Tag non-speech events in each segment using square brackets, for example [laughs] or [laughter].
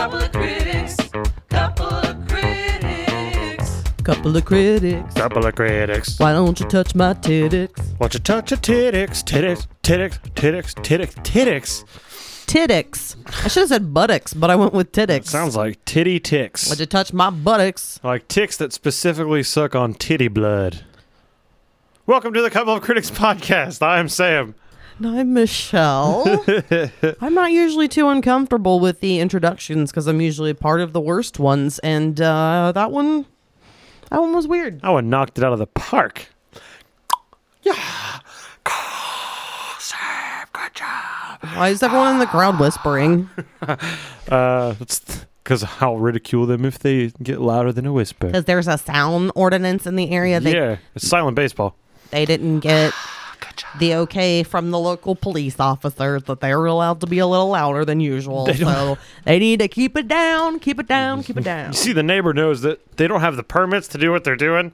critics, couple of critics. Couple of critics. Couple of critics. Why don't you touch my titties? Watch a touch of tittics, tittics, tittics, tittics, tittics, tittics. Tittics. I should have said buttocks, but I went with tittics. Sounds like titty ticks. Would you touch my buttocks? Like ticks that specifically suck on titty blood. Welcome to the Couple of Critics podcast. I'm Sam. And [laughs] I'm Michelle. I'm not usually too uncomfortable with the introductions because I'm usually part of the worst ones, and uh, that one, that one was weird. I one knocked it out of the park. Why is everyone in the crowd whispering? Uh, because I'll ridicule them if they get louder than a whisper. Because there's a sound ordinance in the area. They Yeah, it's silent baseball. they [sighs] didn't get the okay from the local police officers that they were allowed to be a little louder than usual. so they need to keep it down, keep it down, keep it down. You see, the neighbor knows that they don't have the permits to do what they're doing,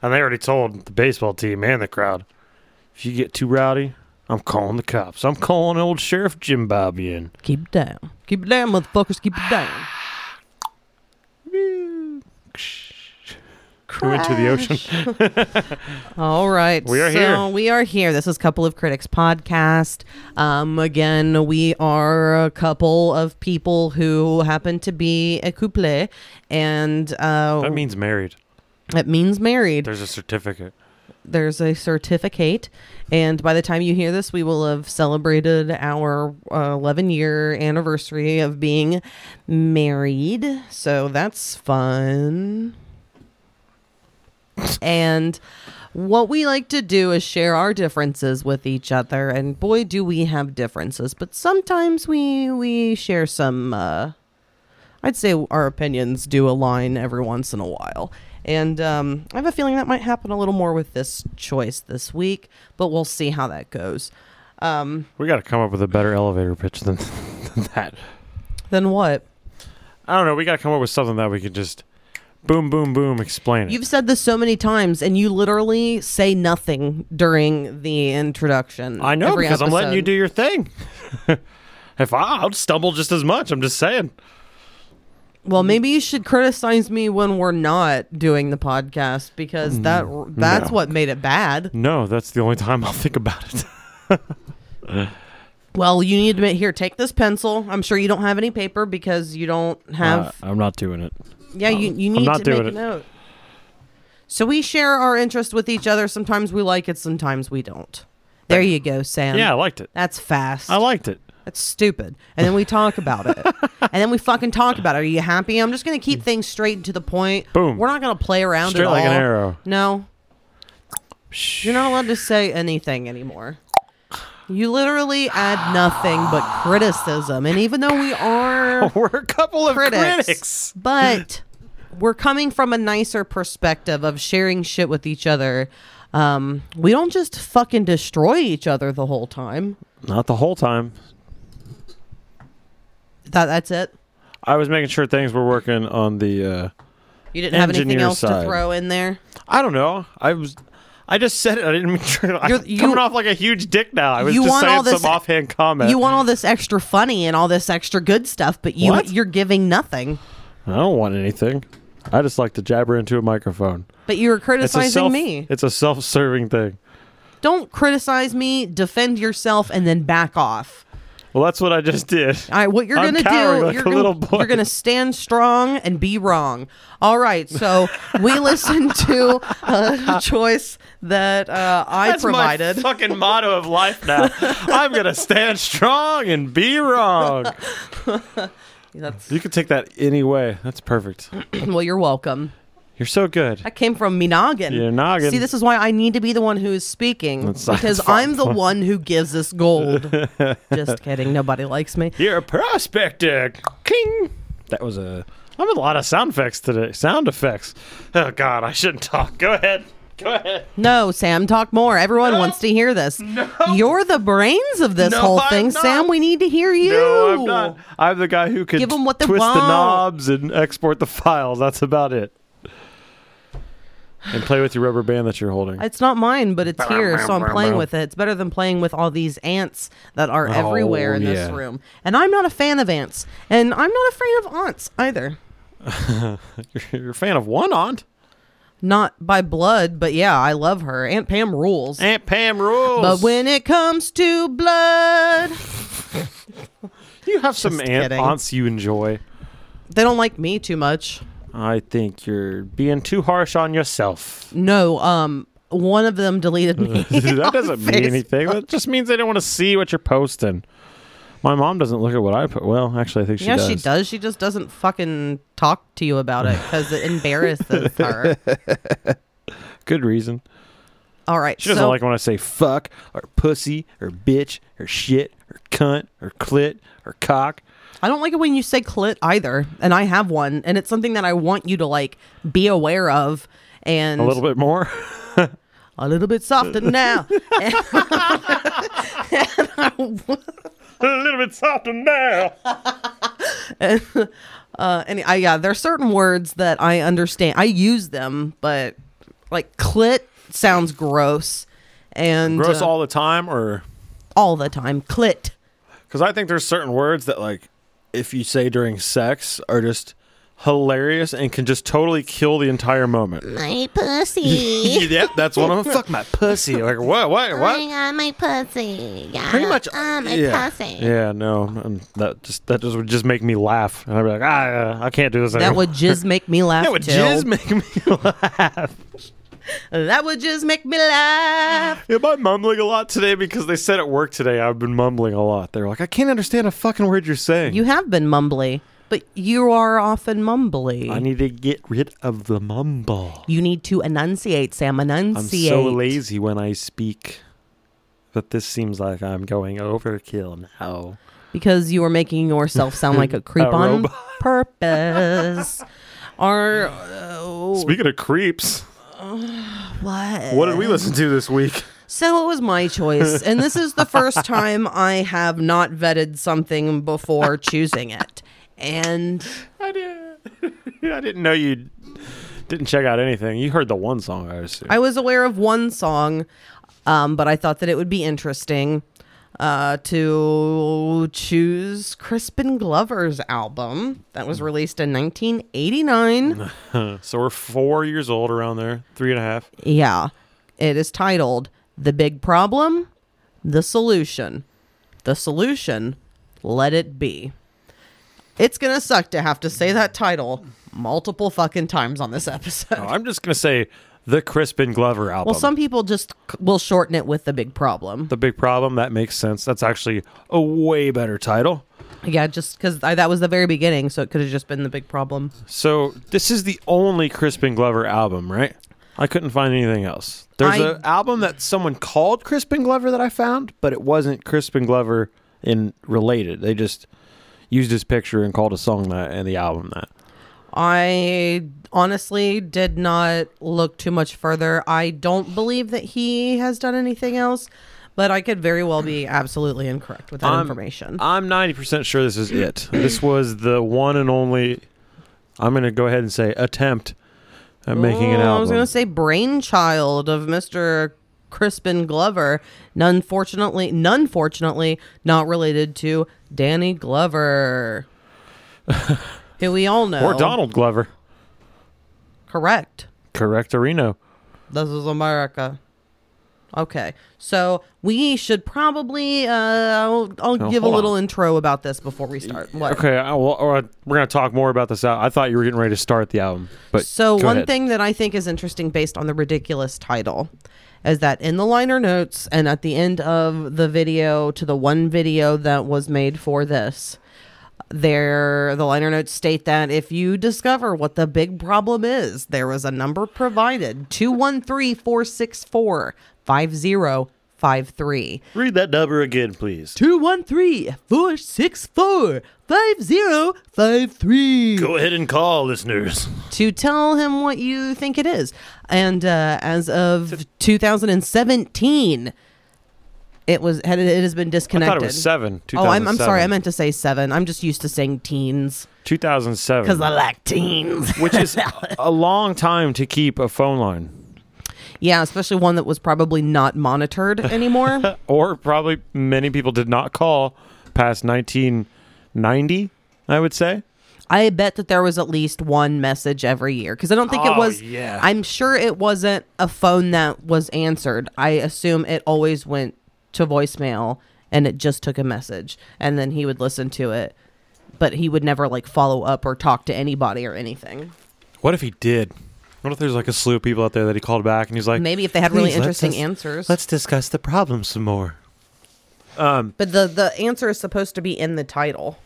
and they already told the baseball team and the crowd if you get too rowdy, I'm calling the cops. I'm calling old Sheriff Jim Bobby in. keep it down, keep it down, motherfuckers, keep it down. We went to the ocean. All right. We are so here. We are here. This is Couple of Critics podcast. Um, again, we are a couple of people who happen to be a couple, and uh, That means married. it means married. There's a certificate. There's a certificate, and by the time you hear this, we will have celebrated our uh, 11 year anniversary of being married. So that's fun. And what we like to do is share our differences with each other, and boy, do we have differences. But sometimes we we share some. Uh, I'd say our opinions do align every once in a while. And um, I have a feeling that might happen a little more with this choice this week, but we'll see how that goes. Um, We got to come up with a better elevator pitch than, [laughs] than that. then what? I don't know. We got to come up with something that we could just boom, boom, boom explain it. You've said this so many times, and you literally say nothing during the introduction. I know every because I'm letting you episode. do your thing. [laughs] if I, I'll stumble just as much. I'm just saying. Well, maybe you should criticize me when we're not doing the podcast because that that's Mm, no. what made it bad. No, that's the only time I'll think about it. [laughs] Well, you need to ma- here take this pencil. I'm sure you don't have any paper because you don't have I'm not doing it. Um, Yeah, you, you I'm need not to doing make a it. note. So we share our interest with each other. Sometimes we like it, sometimes we don't. There you go, Sam. Yeah, I liked it. That's fast. I liked [laughs] it. That's stupid. And then we talk about [laughs] it. and then we fucking talk about it. Are you happy? I'm just going to keep things straight and to the point. Boom. We're not going to play around Straight at like an all. arrow. No. You're not allowed to say anything anymore. You literally add nothing but criticism. And even though we are We're a couple of critics. critics, but we're coming from a nicer perspective of sharing shit with each other. Um, we don't just fucking destroy each other the whole time. Not the whole time. That that's it. I was making sure things were working on the. Uh, You didn't have anything Engineer else side. to throw in there. I don't know. I was. I just said it. I didn't mean [laughs] to. I'm You're- you- coming off like a huge dick now. I was you just want all saying this- some offhand comment. You want all this extra funny and all this extra good stuff, but you What? you're giving nothing. I don't want anything. I just like to jabber into a microphone. But you were It's a criticizing self. me. It's a self-serving thing. Don't criticize me. Defend yourself and then back off. Well, that's what I just did. All right, what you're I'm gonna do? cowering like you're a gonna, little boy. You're gonna stand strong and be wrong. All right, so [laughs] we listened to a choice that uh, [laughs] I That's provided. my fucking motto of life [laughs] now. I'm gonna stand strong and be wrong. That's You can take that any way. That's perfect. well, you're welcome. You're so good. That came from me noggin. Your noggin. See, this is why I need to be the one who is speaking That's- that's because fine. I'm the one who gives us gold. [laughs] Just kidding. Nobody likes me. You're a prospector. King. That was a. I'm a lot of sound effects today. Sound effects. Oh God, I shouldn't talk. Go ahead. Go ahead. No, Sam, talk more. Everyone wants to hear this. You're the brains of this No, whole I'm thing, not. Sam. We need to hear you. No, I'm not. I'm the guy who can Give 'em what they twist the want. knobs and export the files. That's about it. and play with your rubber band that you're holding. It's not mine, but it's here, so I'm playing with it. It's better than playing with all these ants that are everywhere in this Oh, yeah. room. And I'm not a fan of ants, and I'm not a fan of aunts either. [laughs] You're a fan of one aunt. Not by blood, but yeah, I love her. Aunt Pam rules. Aunt Pam rules. but when it comes to blood, you have some Just aunt, kidding. aunts you enjoy, they don't like me too much. I think you're being too harsh on [laughs] yourself. No, um, one of them deleted me. [laughs] that on doesn't mean anything. That just means they don't want to see what you're posting. My mom doesn't look at what I put. Well, actually, I think she yeah, does. she does. She just doesn't fucking talk to you about it because it embarrasses [laughs] her. Good reason. All right. She doesn't so, like when I say fuck or pussy or bitch or shit or cunt or clit or cock. I don't like it when you say clit either, and I have one, and it's something that I want you to like be aware of, and A little bit more. [laughs] a little bit softer now. a little bit softer now. Uh, and I yeah, there are certain words that I understand. I use them, but like clit sounds gross, and Gross uh, all the time or all the time. Clit. Because I think there's certain words that, like, if you say during sex, are just hilarious and can just totally kill the entire moment. [laughs] my pussy. yep, that's one of them. Fuck my pussy. Like, what? What? Bring What? on my pussy. Yeah. Pretty much. Uh, my yeah. pussy. Yeah, no, and that just that just would just make me laugh, and I'd be like, ah, I can't do this That anymore. would just make me [laughs] laugh. that would too. just make me laugh. that would just make me laugh. Am I mumbling a lot today? Because they said at work today, I've been mumbling a lot. They're like, I can't understand a fucking word you're saying. You have been mumbly, but you are often mumbly. I need to get rid of the mumble. You need to enunciate, Sam. I'm Enunciate. so lazy when I speak. But this seems like I'm going overkill now. Because you are making yourself sound [laughs] like a creep on robot. purpose. Or uh, Speaking of creeps, what? what did we listen to this [laughs] week? So it was my choice, and this is the first time I have not vetted something before choosing it. And I didn't. [laughs] I didn't know you didn't check out anything. You heard the one song I assume. I was aware of one song, um, but I thought that it would be interesting uh, to choose Crispin Glover's album that was released in 1989. so we're four years old around there, three and a half. Yeah. It is titled The Big Problem, The Solution. The Solution, Let It Be. It's going to suck to have to say that title multiple fucking times on this episode. Oh, I'm just gonna say the Crispin Glover album. well, some people just c- will shorten it with The Big Problem. the big problem that makes sense. That's actually a way better title. yeah, just because that was the very beginning, so it could have just been The Big Problem. So this is the only Crispin Glover album, right? I couldn't find anything else. There's I- an album that someone called Crispin Glover that I found, but it wasn't Crispin Glover in related. They just used his picture and called a song that and the album that. I honestly did not look too much further. I don't believe that he has done anything else, but I could very well be absolutely incorrect with that I'm- Um, information. I'm 90% sure this is it. This was the one and only. I'm gonna go ahead and say attempt at making an Oh, album. I was going to say brainchild of Mr. Crispin Glover. None fortunately, none fortunately not related to [laughs] Danny Glover. who we all know. or Donald Glover, Correct. correctorino. This is America. Okay, so we should probably uh, I'll, I'll No, give a hold little on. intro about this before we start. What? Okay, I, well, all right, we're gonna talk more about this out. I thought you were getting ready to start the album, but So go one ahead. thing that I think is interesting based on the ridiculous title is that in the liner notes and at the end of the video to the one video that was made for this there the liner notes state that if you discover what the big problem is there is a number provided 213-464-5053 Read that number again, please. 213-464-5053 Go ahead and call, listeners. to tell him what you think it is. And uh, as of 2017, It was had it, it has been I disconnected. thought it was seven. Oh, I'm, I'm sorry. I 2007. meant to say seven. I'm just used to saying teens 2007. because I like teens. which is a long time to keep a phone line [laughs] yeah, especially one that was probably not monitored [laughs] anymore. or probably many people did not call past 1990 i would say I bet that there was at least one message every year because I don't think Oh, it was. yeah. I'm sure it wasn't a phone that was answered. I assume it always went to voicemail and it just took a message and then he would listen to it, but he would never like follow up or talk to anybody or anything. what if he did what if there's like a slew of people out there that he called back and he's like Maybe if they had really "Please, let's interesting dis- answers. let's discuss the problem some more But the the answer is supposed to be in the title.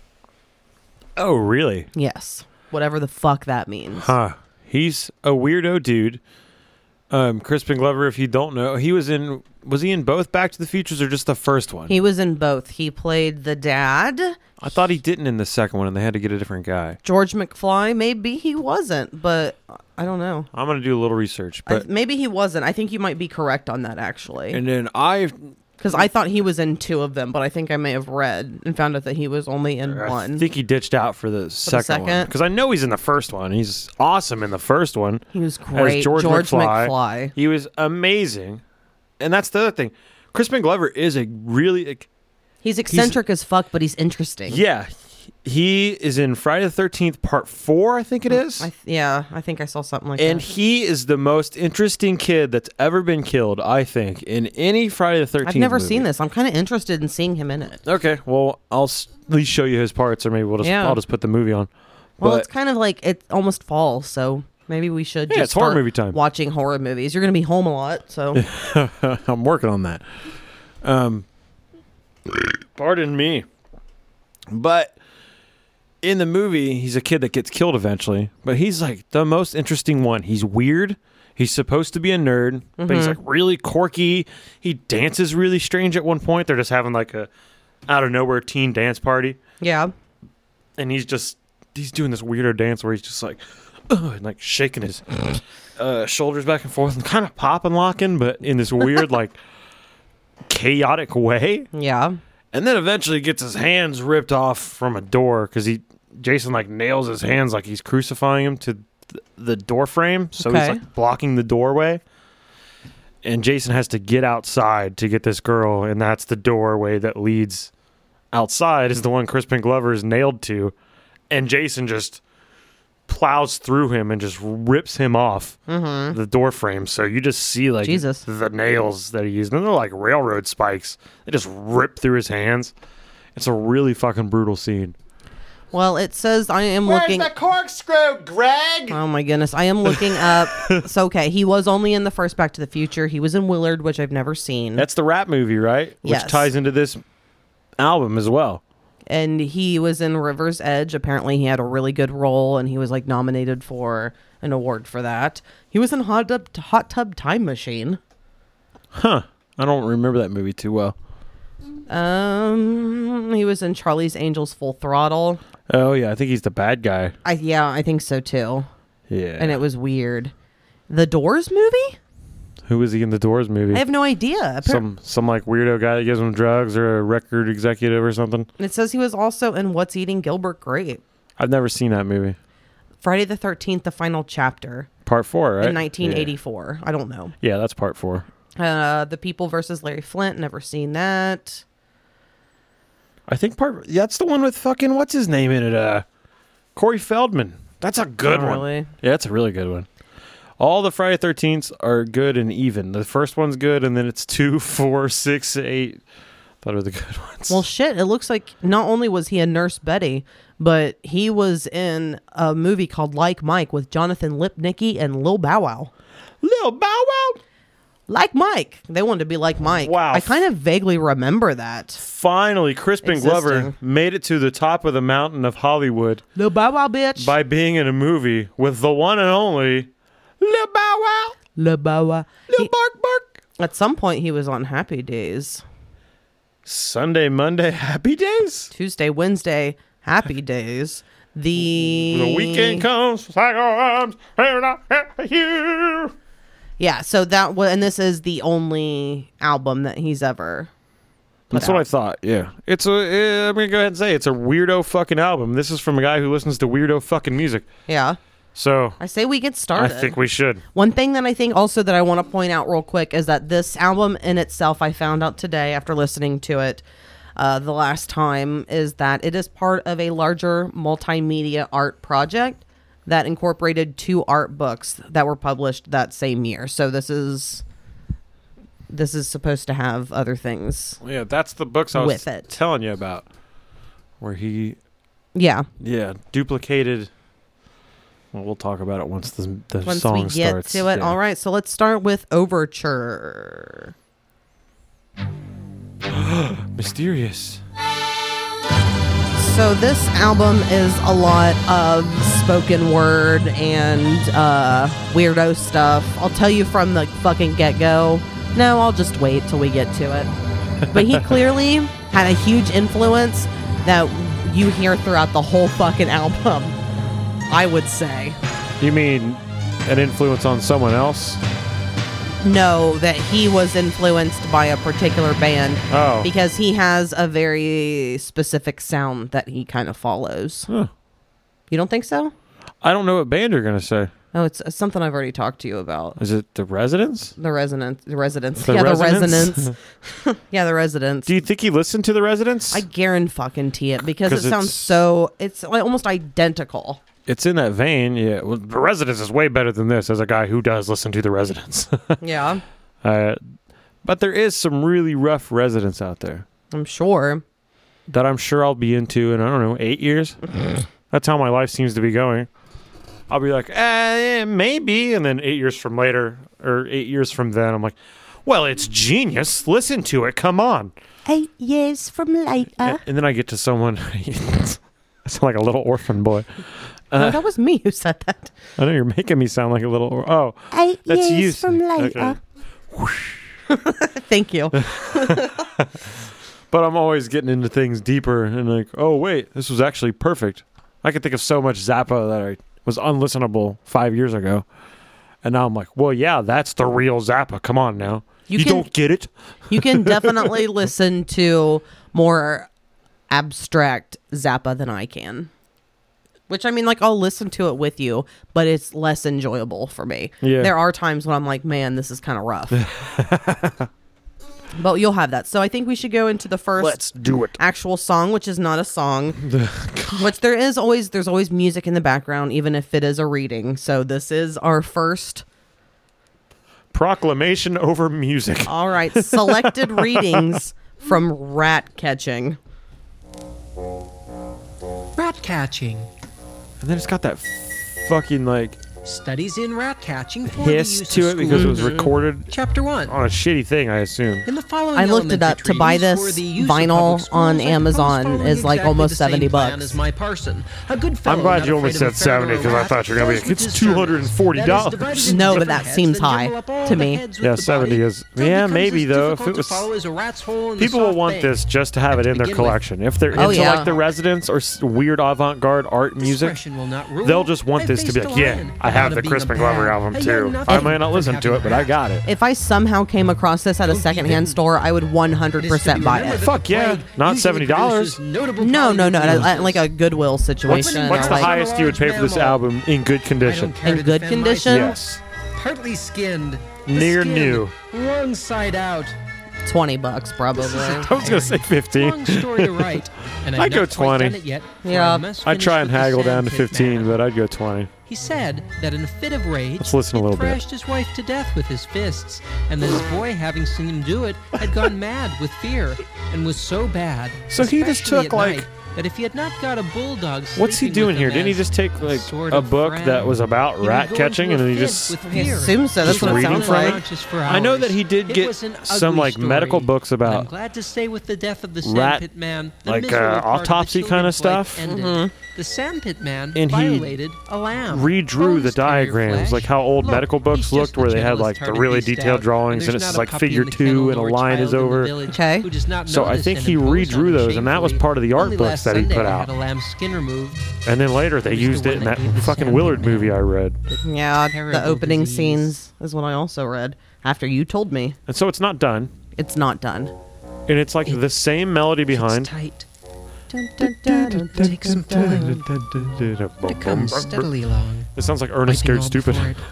oh really Yes. Whatever the fuck that means. huh Ah, he's a weirdo dude um crispin glover if you don't know he was in was he in both back to the futures or just the first one He was in both. He played the dad, i thought he didn't in the second one and they had to get a different guy George McFly. Maybe he wasn't, but I don't know. i'm gonna do a little research I- but maybe he wasn't. I think you might be correct on that actually, And then I, because I thought he was in two of them, but I think I may have read and found out that he was only in I one. think he ditched out for the second, one second? because I know he's in the first one. He's awesome in the first one. He was great. as George, George McFly. McFly. He was amazing, and that's the other thing. Crispin Glover is a really like, He's eccentric as fuck, but he's interesting. yeah. He is in Friday the Thirteenth Part Four, I think it is, Mm, I th- yeah. I think I saw something like and that. he is the most interesting kid that's ever been killed. I think in any Friday the Thirteenth. I've never seen this. I'm kind of interested in seeing him in it. Okay, well, I'll s- at least show you his parts, or maybe we'll just Yeah. I'll just put the movie on. Well, but it's kind of like it's almost fall, so maybe we should Yeah, just it's horror start movie time. watching horror movies. You're going to be home a lot, [laughs] so I'm working on that. Um, pardon me. But in the movie, he's a kid that gets killed eventually, but he's like the most interesting one. He's weird. He's supposed to be a nerd, but he's like really quirky. He dances really strange at one point. They're just having like a out of nowhere teen dance party, yeah. and he's just he's doing this weirdo dance where he's just like [clears throat] "Ugh," and like shaking his uh, shoulders back and forth and kind of popping locking, but in this weird like [laughs] chaotic way. Yeah. And then eventually gets his hands ripped off from a door because he Jason like nails his hands like he's crucifying him to th- the door frame, so he's Okay. like blocking the doorway. And Jason has to get outside to get this girl, and that's the doorway that leads outside is the one Crispin Glover is nailed to, and Jason just plows through him and just rips him off the door frame. So you just see like Mm-hmm. Jesus. the nails that he used, and they're like railroad spikes. They just rip through his hands. It's a really fucking brutal scene. Well, it says I am looking corkscrew, Greg? Oh my goodness, I am [laughs] looking up. so okay, he was only in the first Back to the Future. He was in Willard, which I've never seen. That's the rap movie, right? Yes. Which ties into this album as well. and he was in River's Edge. Apparently, he had a really good role, and he was like nominated for an award for that. He was in Hot Tub, Hot Tub Time Machine. I don't remember that movie too well. Um, he was in Charlie's Angels Full Throttle. Oh yeah, I think he's the bad guy. I yeah, I think so too. Yeah. And it was weird. The Doors movie? Who was he in the Doors movie? I have no idea. Appar- some some like weirdo guy that gives him drugs or a record executive or something. it says he was also in What's Eating Gilbert Grape, I've never seen that movie. Friday the Thirteenth, the final chapter Part four, right? in 1984. I don't know. Yeah. Yeah, that's part four. Uh, the People versus Larry Flint. Never seen that. I think part that's the one with fucking what's his name in it? Uh, Corey Feldman. That's a good Not one. Oh, really. Yeah, that's a really good one. All the Friday Thirteenths are good and even. The first one's good, and then it's two, [laughs] four, six, eight. That are the good [laughs] ones. Well, shit. It looks like not only was he a Nurse Betty, but he was in a movie called Like Mike with Jonathan Lipnicki and Lil Bow Wow. Lil Bow Wow. Like Mike. They wanted to be like Mike. Wow. I kind of vaguely remember that. Finally, Crispin Glover Existing. made it to the top of the mountain of Hollywood. Lil Bow Wow, bitch. by being in a movie with the one and only Lil Bow Wow, Lil Bow Wow. Lil He- Bark Bark. at some point, he was on Happy Days. Sunday, Monday, [laughs] Happy Days. Tuesday, Wednesday, Happy Days. The, The weekend comes, psycho arms, and I have you. Yeah, so that was, and this is the only album that he's ever put That's what I out. thought. Yeah, it's a. eh, I'm gonna go ahead and say it's a weirdo fucking album. This is from a guy who listens to weirdo fucking music. yeah. So I say we get I started. think we should. One thing that I think also that I want to point out real quick is that this album in itself, I found out today after listening to it uh, the last time, is that it is part of a larger multimedia art project that incorporated two art books that were published that same year. So this is this is supposed to have other things. Yeah, that's the books I was With it. telling you about, where he Yeah. yeah duplicated. Well, we'll talk about it once the the Once song we get starts. to it. Yeah. All right. So let's start with Overture. Mysterious. So this album is a lot of spoken word and uh, weirdo stuff. I'll tell you from the fucking get go. No, I'll just wait till we get to it. [laughs] But he clearly had a huge influence that you hear throughout the whole fucking album. I would say. You mean an influence on someone else? No, that he was influenced by a particular band Oh, because he has a very specific sound that he kind of follows. Huh. You don't think so? I don't know what band you're gonna say. Oh, it's uh, something I've already talked to you about. Is it the Residents? The resonance, the resonance, The yeah, Resonance? the [laughs] resonance, yeah, the resonance. Do you think he listened to the Residents? I guarantee fucking t it because it 'Cause sounds it's- so. It's like [laughs] almost identical. it's in that vein. Yeah, well, the Residents is way better than this. As a guy who does listen to the Residents, [laughs] Yeah, uh, but there is some really rough Residents out there I'm sure. that I'm sure I'll be into in I don't know eight years. That's how my life seems to be going. I'll be like, eh, eh, maybe, and then eight years from later, or eight years from then, I'm like, well, it's genius. Listen to it. Come on. Eight years from later. And, and then I get to someone. [laughs] I sound like a little orphan boy. Uh-huh. no, that was me who said that. [laughs] I know you're making me sound like a little. Or- oh, Eight that's you. years from Okay. later. Thank you. But I'm always getting into things deeper and like, oh wait, this was actually perfect. I could think of so much Zappa that I was unlistenable five years ago, and now I'm like, well, yeah, that's the real Zappa. Come on now, You you, can- don't get it. You can definitely listen to more abstract Zappa than I can. Which I mean, like I'll listen to it with you, but it's less enjoyable for me. Yeah. There are times when I'm like, man, this is kind of rough. but you'll have that. So I think we should go into the 1st do it. actual song, which is not a song. which there is always there's always music in the background, even if it is a reading. So this is our first Proclamation over music. all right, selected readings from rat catching. Rat catching. And then it's got that fucking like Studies in rat catching for the hiss use to of it because it was schools. recorded Chapter one. on a shitty thing, I assume. In the following I looked it elementary up to buy treatise this for the use of vinyl public schools, on I propose Amazon following is, like, exactly almost the same 70 plan bucks. As my parson, a good fellow, I'm glad not you only afraid of a said 70 feral 'cause I rat, thought you were gonna be does like, with it's his servants. $240. That is divided into No, but different that heads, seems then jumble high up to all the me. heads with Yeah, the 70 body. is- That yeah, becomes maybe, as though, if difficult it to was- follow as a rat's hole in the People will soft want bank. this just to have it in their begin with. collection. If they're Oh, into yeah. like the residents or s- weird avant-garde art music, Discretion will not rule. they'll just want I this to be faced like, a yeah, lion. I have Out the of being a Crispin Glover pad. album I too. learned nothing I might not from listen to having it, but I rats. got it. If I somehow came across this at a secondhand store, I would 100% buy Remember that it. the Fuck yeah, plague not usually $70. produces notable No, no, no. polymorphisms. I- I- Like a Goodwill What's situation. What's the like, like- highest you would pay for this Mammal. album in good I don't condition? care In to good defend condition? myself. Yes. Partly skinned. the Near skin, new. Wrong side out. 20 [laughs] bucks probably. I was gonna say 15. Long story [laughs] to write. And I've I'd go not quite 20. done it yet, for I Yeah. must I'd finish try and with the haggle down to sandpit 15, man. but I'd go 20. He said that in a fit of rage, Let's listen a he little bit. thrashed his wife to death with his fists, and that his boy, having seen him do it, had [laughs] gone mad with fear and was so bad. So he just especially took, at like- night, that if he had not got a bulldog. What's he sleeping doing with him here? Didn't he as just take a like sort a of book friend, that was about he would rat go catching, into and then a he fit just with fear. assume so. That's Just what it reading sounds from it? like. Unconscious for I know that hours. he did It get was an some, ugly like, story. medical books about I'm glad to say with the death of the rat- sandpit man, the like, miserable uh, part of the autopsy kinda children's life stuff. ended. The sandpit man And he violated a lamb. redrew Bones the tear diagrams, flesh. like how old Look, medical he's books just looked, the where they had gentlest like the hearted really beast detailed out, drawings, and there's it's not a like puppy in figure the two kennel and a nor line child is in the over. village Okay. who does not So I notice think and he impose on redrew him those, and that was shamefully. part of the art Only books last that he Sunday put I out. had a lamb skin removed. And then later they He's the used one it in that that gave the fucking sandpit Willard man. movie I read. Yeah, the Terrible opening disease. scenes is what I also read after you told me. And so it's not done. It's not done. and it's like the same melody It's behind. tight. Dun, dun, dun, dun. Take some time to come steadily along. It sounds like Ernest Scared Lightning Stupid. all before it.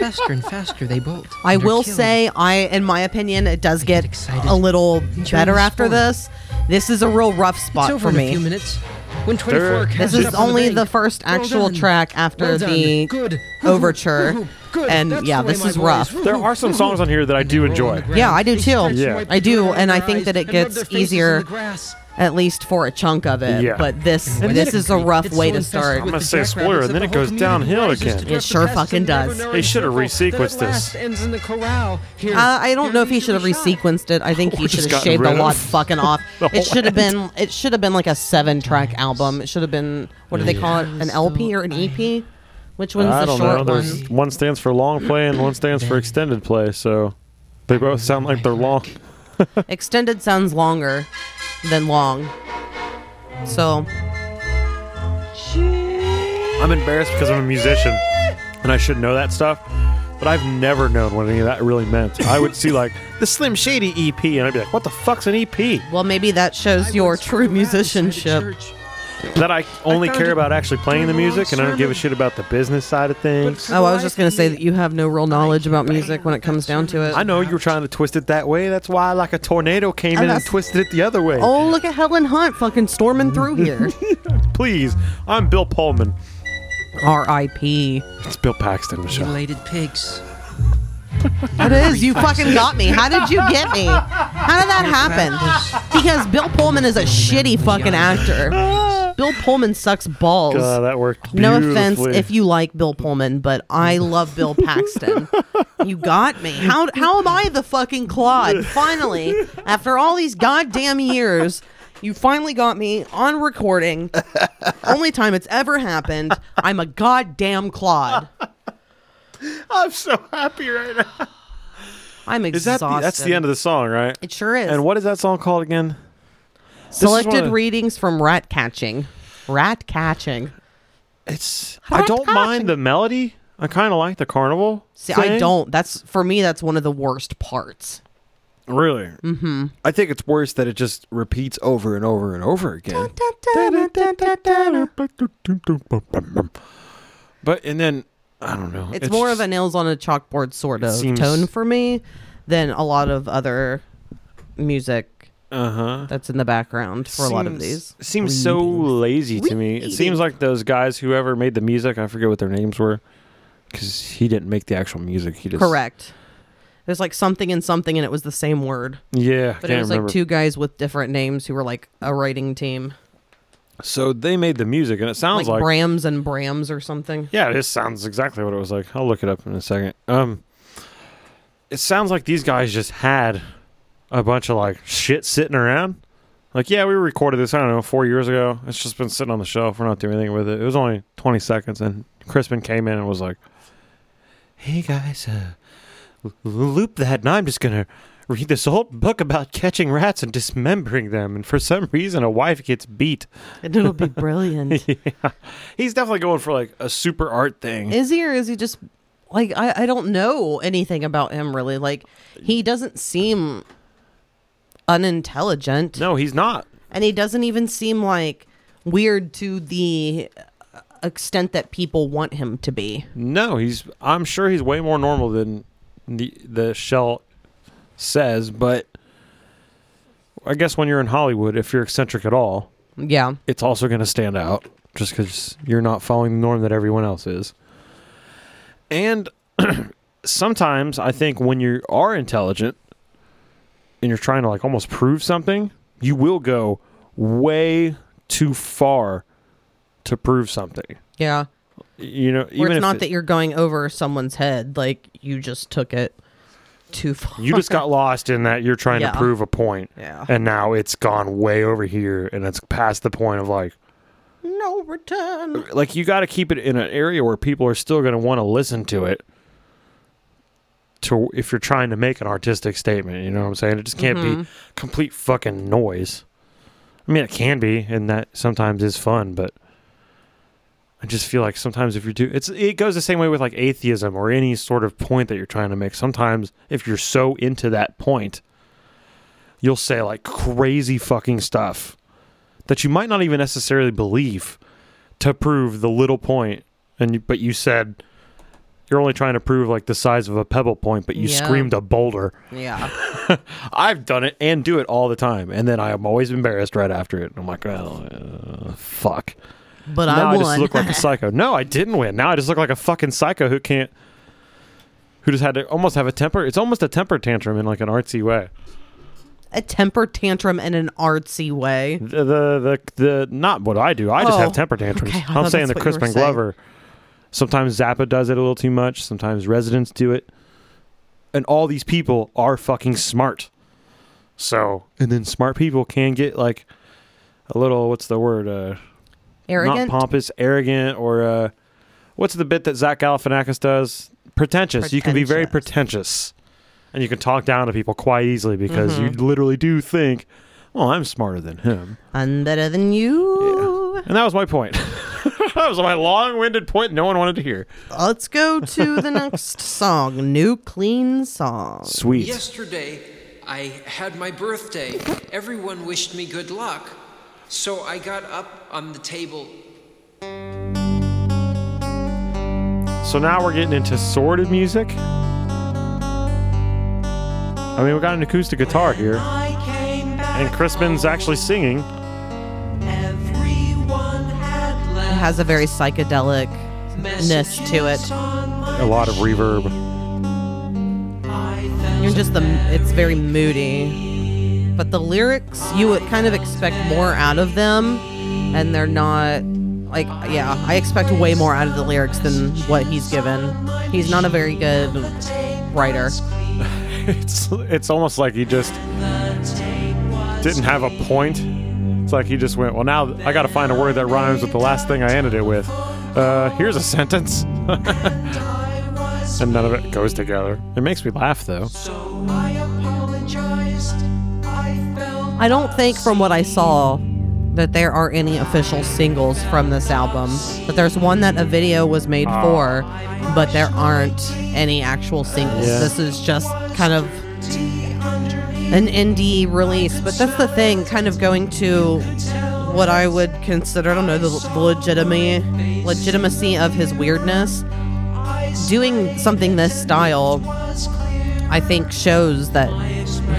Faster and faster they bolt. I and are will killed. say, I, in my opinion, it does I get get excited. a little Enjoy better the after sport. this. This is a real rough it's spot over for in a few me. minutes. When 24 There- catches This up is on only bank. the first Well actual done. track after Well done. the Good. overture, Good. and That's yeah, the way, this my is boys. rough. [laughs] There are some songs on here that I And they do roll on enjoy. the ground. Yeah, I do They too. stretch and Yeah. wipe I do, blood out and of I their think eyes that it and rub gets their faces in easier the grass. at least for a chunk of it. Yeah. But this And this then is it- a rough it's way so to infested start. with gonna say a jackrabbits spoiler, that and then the it whole goes community downhill rises to again. direct It the sure pest fucking in the does. ever-narrowing They should've circle that resequenced at this. last ends in the corral. Here, Uh, I don't here know if he leads should have your shot. resequenced it. I [laughs] think Or he should just have gotten shaved rid a of lot fucking off. the whole It should have been it should have been like a seven track album. It should have been what do they call it? An LP or an EP? Which one's I the don't short know. one? There's one stands for long play and one stands for extended play. So they both sound like they're long. Extended sounds longer than long. So I'm embarrassed because I'm a musician and I should know that stuff, but I've never known what any of that really meant. I would see like the Slim Shady EP and I'd be like, "What the fuck's an E EP?" well maybe that shows your once true went around inside the musicianship. church, That I only found care it about actually playing the during a long music and I don't give a sermon. shit about the business side of but things. for Oh, I the was just life gonna of say me, that you have no real knowledge about music when it comes down to I it. know you were trying to twist it that way. That's why, like a tornado came in and that's- twisted it the other way. Oh look at Helen Hunt fucking storming through [laughs] here. Please, I'm Bill Pullman. R.I.P. It's Bill Paxton, Michelle. Mutilated pigs. It is. You fucking got me. How did you get me? How did that happen? Because Bill Pullman is a shitty fucking actor. Bill Pullman sucks balls. God, that worked. no offense beautifully. if you like Bill Pullman, but I love Bill Paxton. you got me. How how am I the fucking clod? Finally, after all these goddamn years, you finally got me on recording. Only time it's ever happened. I'm a goddamn clod. I'm so happy right now. I'm Is exhausted. that the, that's the end of the song, right? It sure is. And what is that song called again? is one Selected of- readings from rat catching. Rat catching. It's I don't mind the melody. I kind of like the carnival. See, I thing. don't. That's for me. That's one of the worst parts. really. Mm-hmm. I think it's worse that it just repeats over and over and over again. But and then I don't know. It's, more of just- a nails on a chalkboard sort of seems- tone for me than a lot of other music uh-huh. that's in the background for a lot of Seems- these. Seems so lazy to me. It seems like those guys, whoever made the music, I forget what their names were, because he didn't make the actual music. He just Correct. There's like something and something, and it was the same word, Yeah, but can't it was remember. like two guys with different names who were like a writing team, So they made the music, and it like, sounds like, Brams and Brams [laughs] or something. yeah, this sounds exactly what it was like. I'll look it up in a second. Um, it sounds like these guys just had a bunch of like shit sitting around. Like, yeah, we recorded this. I don't know, four years ago. It's just been sitting on the shelf. We're not doing anything with it. It was only twenty seconds, and Crispin came in and was like, "Hey guys, uh, l- loop that, and I'm just gonna." Read this old book about catching rats and dismembering them, and for some reason, a wife gets beat. [laughs] And it'll be brilliant. He's definitely going for like a super art thing. Is he or is he just like I, I don't know anything about him really. Like he doesn't seem unintelligent. no, he's not. And he doesn't even seem like weird to the extent that people want him to be. No, he's. I'm sure he's way more normal than the the shell says. But I guess when you're in Hollywood, if you're eccentric at all, Yeah. it's also going to stand out just because you're not following the norm that everyone else is. And [clears throat] sometimes I think when you are intelligent and you're trying to like almost prove something, you will go way too far to prove something. Yeah. You know, Or even it's if not it- that you're going over someone's head, like you just took it too far. you just got lost in that you're trying Yeah. to prove a point, [laughs] Yeah. and now it's gone way over here, and it's past the point of like no return. like you got to keep it in an area where people are still going to want to listen to it to if you're trying to make an artistic statement you know what i'm saying it just can't Mm-hmm. be complete fucking noise i mean it can be and that sometimes is fun but i just feel like sometimes if you do it's it goes the same way with like atheism or any sort of point that you're trying to make sometimes if you're so into that point you'll say like crazy fucking stuff that you might not even necessarily believe to prove the little point and you, but you said you're only trying to prove like the size of a pebble point but you Yeah. screamed a boulder Yeah. i've done it and do it all the time and then i'm always embarrassed right after it i'm like well uh, fuck But now I I, won. just look like a psycho. No, I didn't win. Now I just look like a fucking psycho who can't, who just had to almost have a temper. It's almost a temper tantrum in like an artsy way. a temper tantrum in an artsy way. The the the, the not what I do. I just Oh, have temper tantrums. okay. I I'm thought saying the that's what you were Crispin saying. Glover. Sometimes Zappa does it a little too much. Sometimes residents do it, and all these people are fucking smart. So and then smart people can get like a little what's the word uh not Arrogant. pompous, arrogant, or uh, what's the bit that Zach Galifianakis does? Pretentious. You can be very pretentious, and you can talk down to people quite easily because Mm-hmm. you literally do think, "Well, I'm smarter than him," I'm better than you. and that was my point. [laughs] that was my long-winded point. No one wanted to hear. Let's go to the next song. New clean song. Sweet. Yesterday, I had my birthday. Everyone wished me good luck. So I got up on the table. So now we're getting into sorted music. I mean, we got an acoustic guitar here, I came back. and Crispin's actually singing. Everyone had It left has a very psychedelic. messages to it. on my A lot of reverb. [laughs] I You're felt just the. It's very moody. But the lyrics, you would kind of expect more out of them, and they're not. Like, yeah, I expect way more out of the lyrics than what he's given. He's not a very good writer. it's it's almost like he just didn't have a point. It's like he just went, well, now I got to find a word that rhymes with the last thing I ended it with. Uh, here's a sentence. [laughs] and none of it goes together. It makes me laugh, though. so I apologized. I felt I don't think, from what I saw, that there are any official singles from this album. But there's one that a video was made for, but there aren't any actual singles. Yeah. This is just kind of an indie release. But that's the thing, kind of going to what I would consider, I don't know, the legitimacy, legitimacy of his weirdness. Doing something this style I think shows that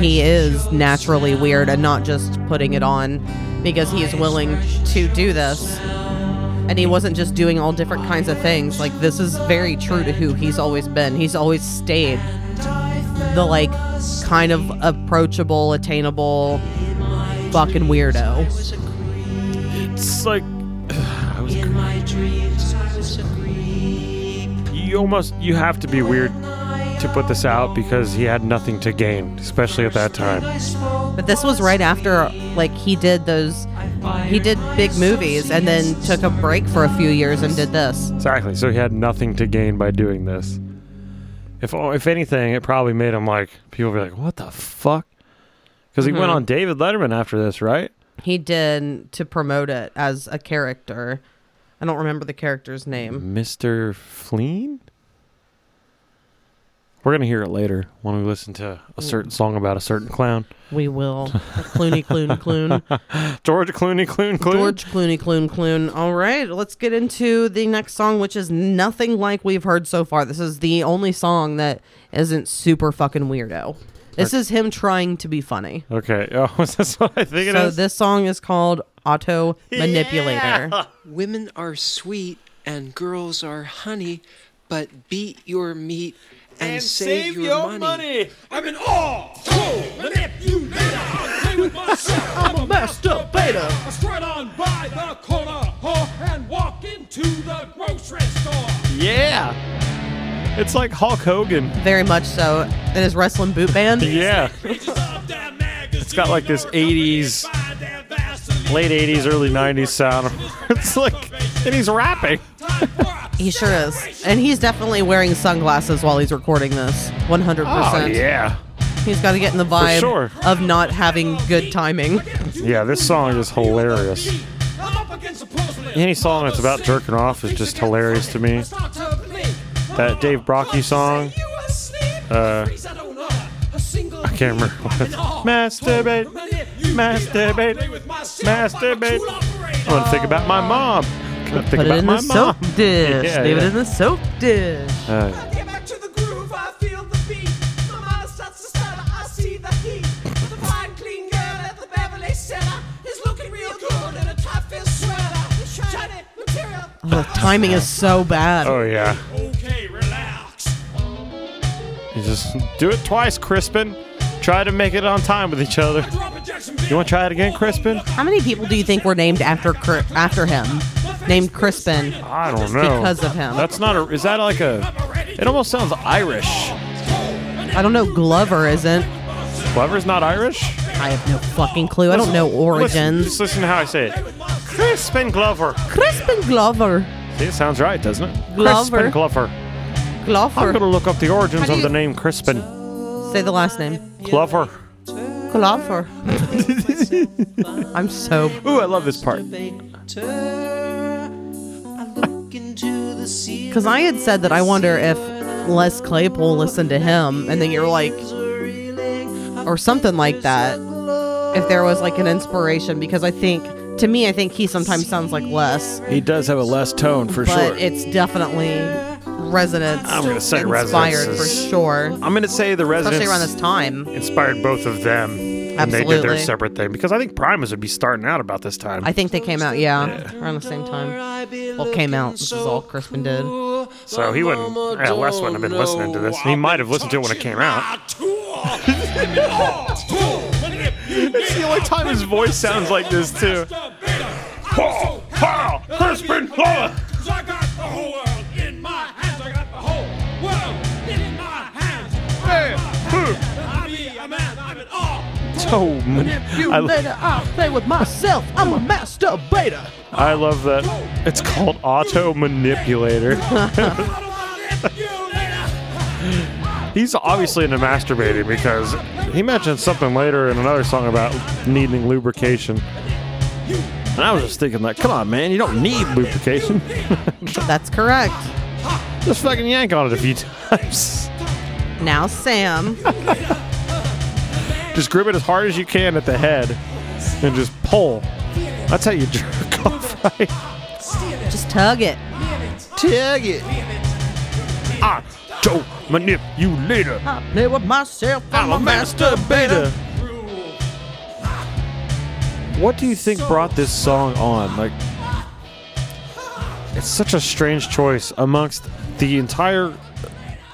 he is naturally weird and not just putting it on because he is willing to do this. And he wasn't just doing all different kinds of things. Like this is very true to who he's always been. He's always stayed the like kind of approachable, attainable fucking weirdo. It's like [sighs] I was a creep. you almost you have to be weird to put this out because he had nothing to gain, especially at that time. But this was right after like he did those he did big movies and then took a break for a few years and did this. Exactly. So he had nothing to gain by doing this. If if anything, it probably made him like people be like, "What the fuck?" Because he went on David Letterman after this, right? He did to promote it as a character. I don't remember the character's name. Mister Fleen. We're gonna hear it later when we listen to a certain song about a certain clown, We will. Clooney, Clune, Clune. George Clooney, Cloon, Cloon. George Clooney, Clune, Clune. All right, let's get into the next song, which is nothing like we've heard so far. This is the only song that isn't super fucking weirdo. This is him trying to be funny. Okay. [laughs] Oh, is this what I think it So is? this song is called Auto Manipulator. Women are sweet and girls are honey, but beat your meat and, save, your, money. I'm an all pro manipulator. I play with myself. I'm a masturbator. I strut on by the corner whore, and walk into the grocery store. Yeah. It's like Hulk Hogan. Very much so. It is Wrestling Boot Band. Yeah. it's got like this 80s, Late 80s, early 90s sound. [laughs] It's like, and he's rapping. [laughs] He sure is. And he's definitely wearing sunglasses while he's recording this. 100%. Oh, yeah. He's got to get in the vibe sure. of not having good timing. Yeah, this song is hilarious. Any song that's about jerking off is just hilarious to me. That Dave Brockie song, uh, I can't remember. what it- Masturbate. Masturbate. Masturbate. I'm going to think about my mom. Gonna think Put it about in my the mom. soap dish. Yeah, Leave yeah. it in the soap dish. Uh, I get back to the groove, I feel the beat. My mind starts to stutter, I see the heat. But the fine, clean girl at the Beverly Center is looking real good in a tight fit sweater. Shiny material. Oh, the timing is so bad. oh, yeah. Okay, relax. You just do it twice, Crispin. Try to make it on time with each other. Drop injection, bitch. You want to try it again, Crispin? How many people do you think were named after Cri- after him? Named Crispin. I don't know. because of him. That's not a. Is that like a. It almost sounds Irish. I don't know. Glover isn't. Glover's not Irish? I have no fucking clue. I don't know Listen, origins. just listen to how I say it. Crispin Glover. Crispin Glover. See, it sounds right, doesn't it? Glover. Crispin Glover. I'm going to Glover. look up the origins do of the you- name Crispin Say the last name. Glover. [laughs] Glover. I'm so. Ooh, I love this part. Because I had said that I wonder if Les Claypool listened to him, and then you're like, or something like that. If there was like an inspiration, because I think to me, I think he sometimes sounds like Les, He does have a less tone for but sure. it's definitely resonance. I'm gonna say inspired for resonances. sure, I'm gonna say the especially around residents. this time. Inspired both of them. And they did their Absolutely. separate thing. Because I think Primus would be starting out about this time. I think they came out, yeah, around the same time. Well, came out. This is all Crispin did. so he wouldn't. Yeah, Les wouldn't have been listening to this. He might have listened to it when it came out. It's the only time his voice sounds like this, too. Paul, Paul, Crispin Glover. I got the whole world in my hands. I got the whole world in my hands. Hey, I be a man. I'm an all. So m- I, lo- I'll play with myself. I'm a masturbator. I love that. It's called Auto Manipulator. He's obviously into masturbating because he mentioned something later in another song about needing lubrication. And I was just thinking, like, come on, man, you don't need lubrication. That's correct. just fucking yank on it a few [laughs] times. Now Sam. Just grip it as hard as you can at the head and just pull. That's how you jerk [laughs] off, right? Just tug it. Tag it. Auto manipulator. I play with myself. I'm a masturbator. What do you think brought this song on? Like, it's such a strange choice amongst the entire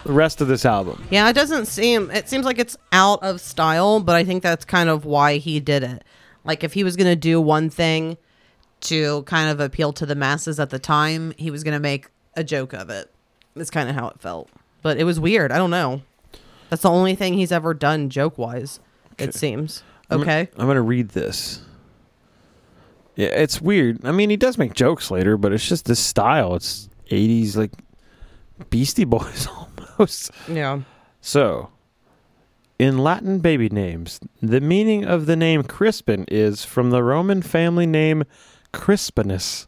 rest of this album. Yeah, it doesn't seem. It seems like it's out of style, but I think that's kind of why he did it. Like, if he was going to do one thing to kind of appeal to the masses at the time, he was going to make a joke of it. It's kind of how it felt. But it was weird. I don't know. That's the only thing he's ever done joke wise, it seems. Mm. Okay. I'm gonna read this. Yeah, it's weird. I mean, he does make jokes later, but it's just this style. It's 80s like Beastie Boys [laughs] almost. yeah. So, in Latin baby names, the meaning of the name Crispin is from the Roman family name Crispinus,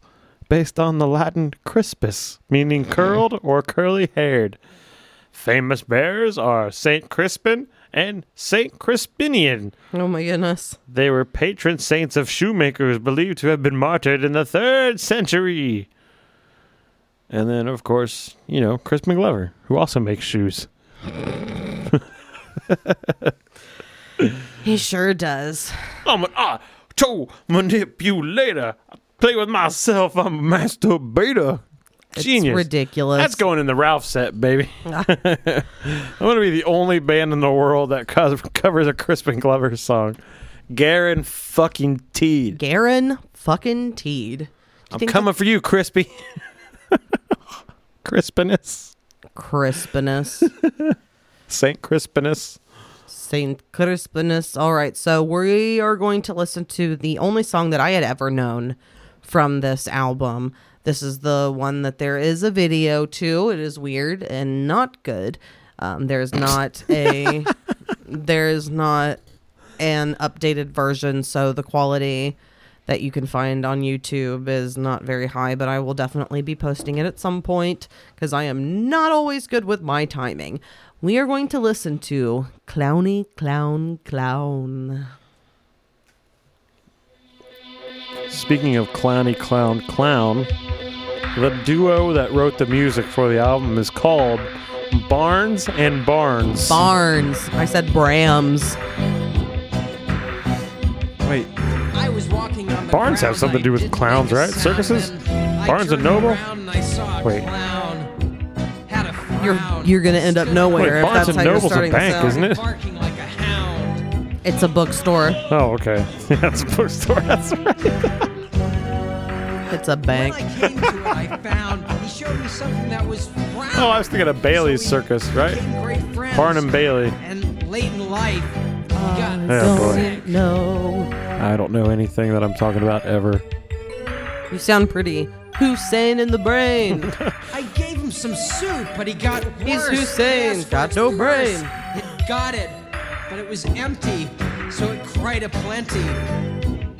based on the Latin crispus, meaning curled or curly haired. Famous bears are Saint Crispin and Saint Crispinian. Oh my goodness. They were patron saints of shoemakers believed to have been martyred in the third century. And then, of course, you know, Crispin Glover, who also makes shoes. He sure does. I'm an auto manipulator. I play with myself. I'm a master beta. Genius. It's ridiculous. That's going in the Ralph set, [laughs] baby. I'm going to be the only band in the world that co- covers a Crispin Glover song. Garen fucking Teed. Garen fucking Teed. I'm coming for you, [laughs] Crispy. Crispinus. Crispinus. Saint Crispinus. Saint Crispinus. All right, so we are going to listen to the only song that I had ever known from this album. This is the one that there is a video to. It is weird and not good. Um, there's not a there is not an updated version, so the quality that you can find on YouTube is not very high, but I will definitely be posting it at some point because I am not always good with my timing. we are going to listen to Clowny Clown Clown. Speaking of clowny clown clown, the duo that wrote the music for the album is called Barnes and Barnes. Barnes. I said Brams. Wait, I was walking on the Barnes have ground, something to do I with didn't clowns, make a right? sound, Circuses? then I Barnes and turned Noble? around and I saw a Wait. clown. Had a You're frown. you're gonna end up Stood nowhere Wait, if Barnes that's and how you're Noble's a starting this bank, out. isn't it? Barking like a hound. It's a bookstore. Oh, okay. [laughs] That's a bookstore. That's right. It's a bank. When I came to it, I found he showed me something that was round. Oh, I was thinking of Bailey's So we Circus, right? became great friends. Barnum Bailey. And late in life, he got Oh, boy. sick. No. I don't know anything that I'm talking about ever. You sound pretty. Hussein in [laughs] the brain. I gave him some soup, but he got worse. He's Hussein, Yes, got it's no worse. brain. It got it, but it was empty, so it cried a plenty.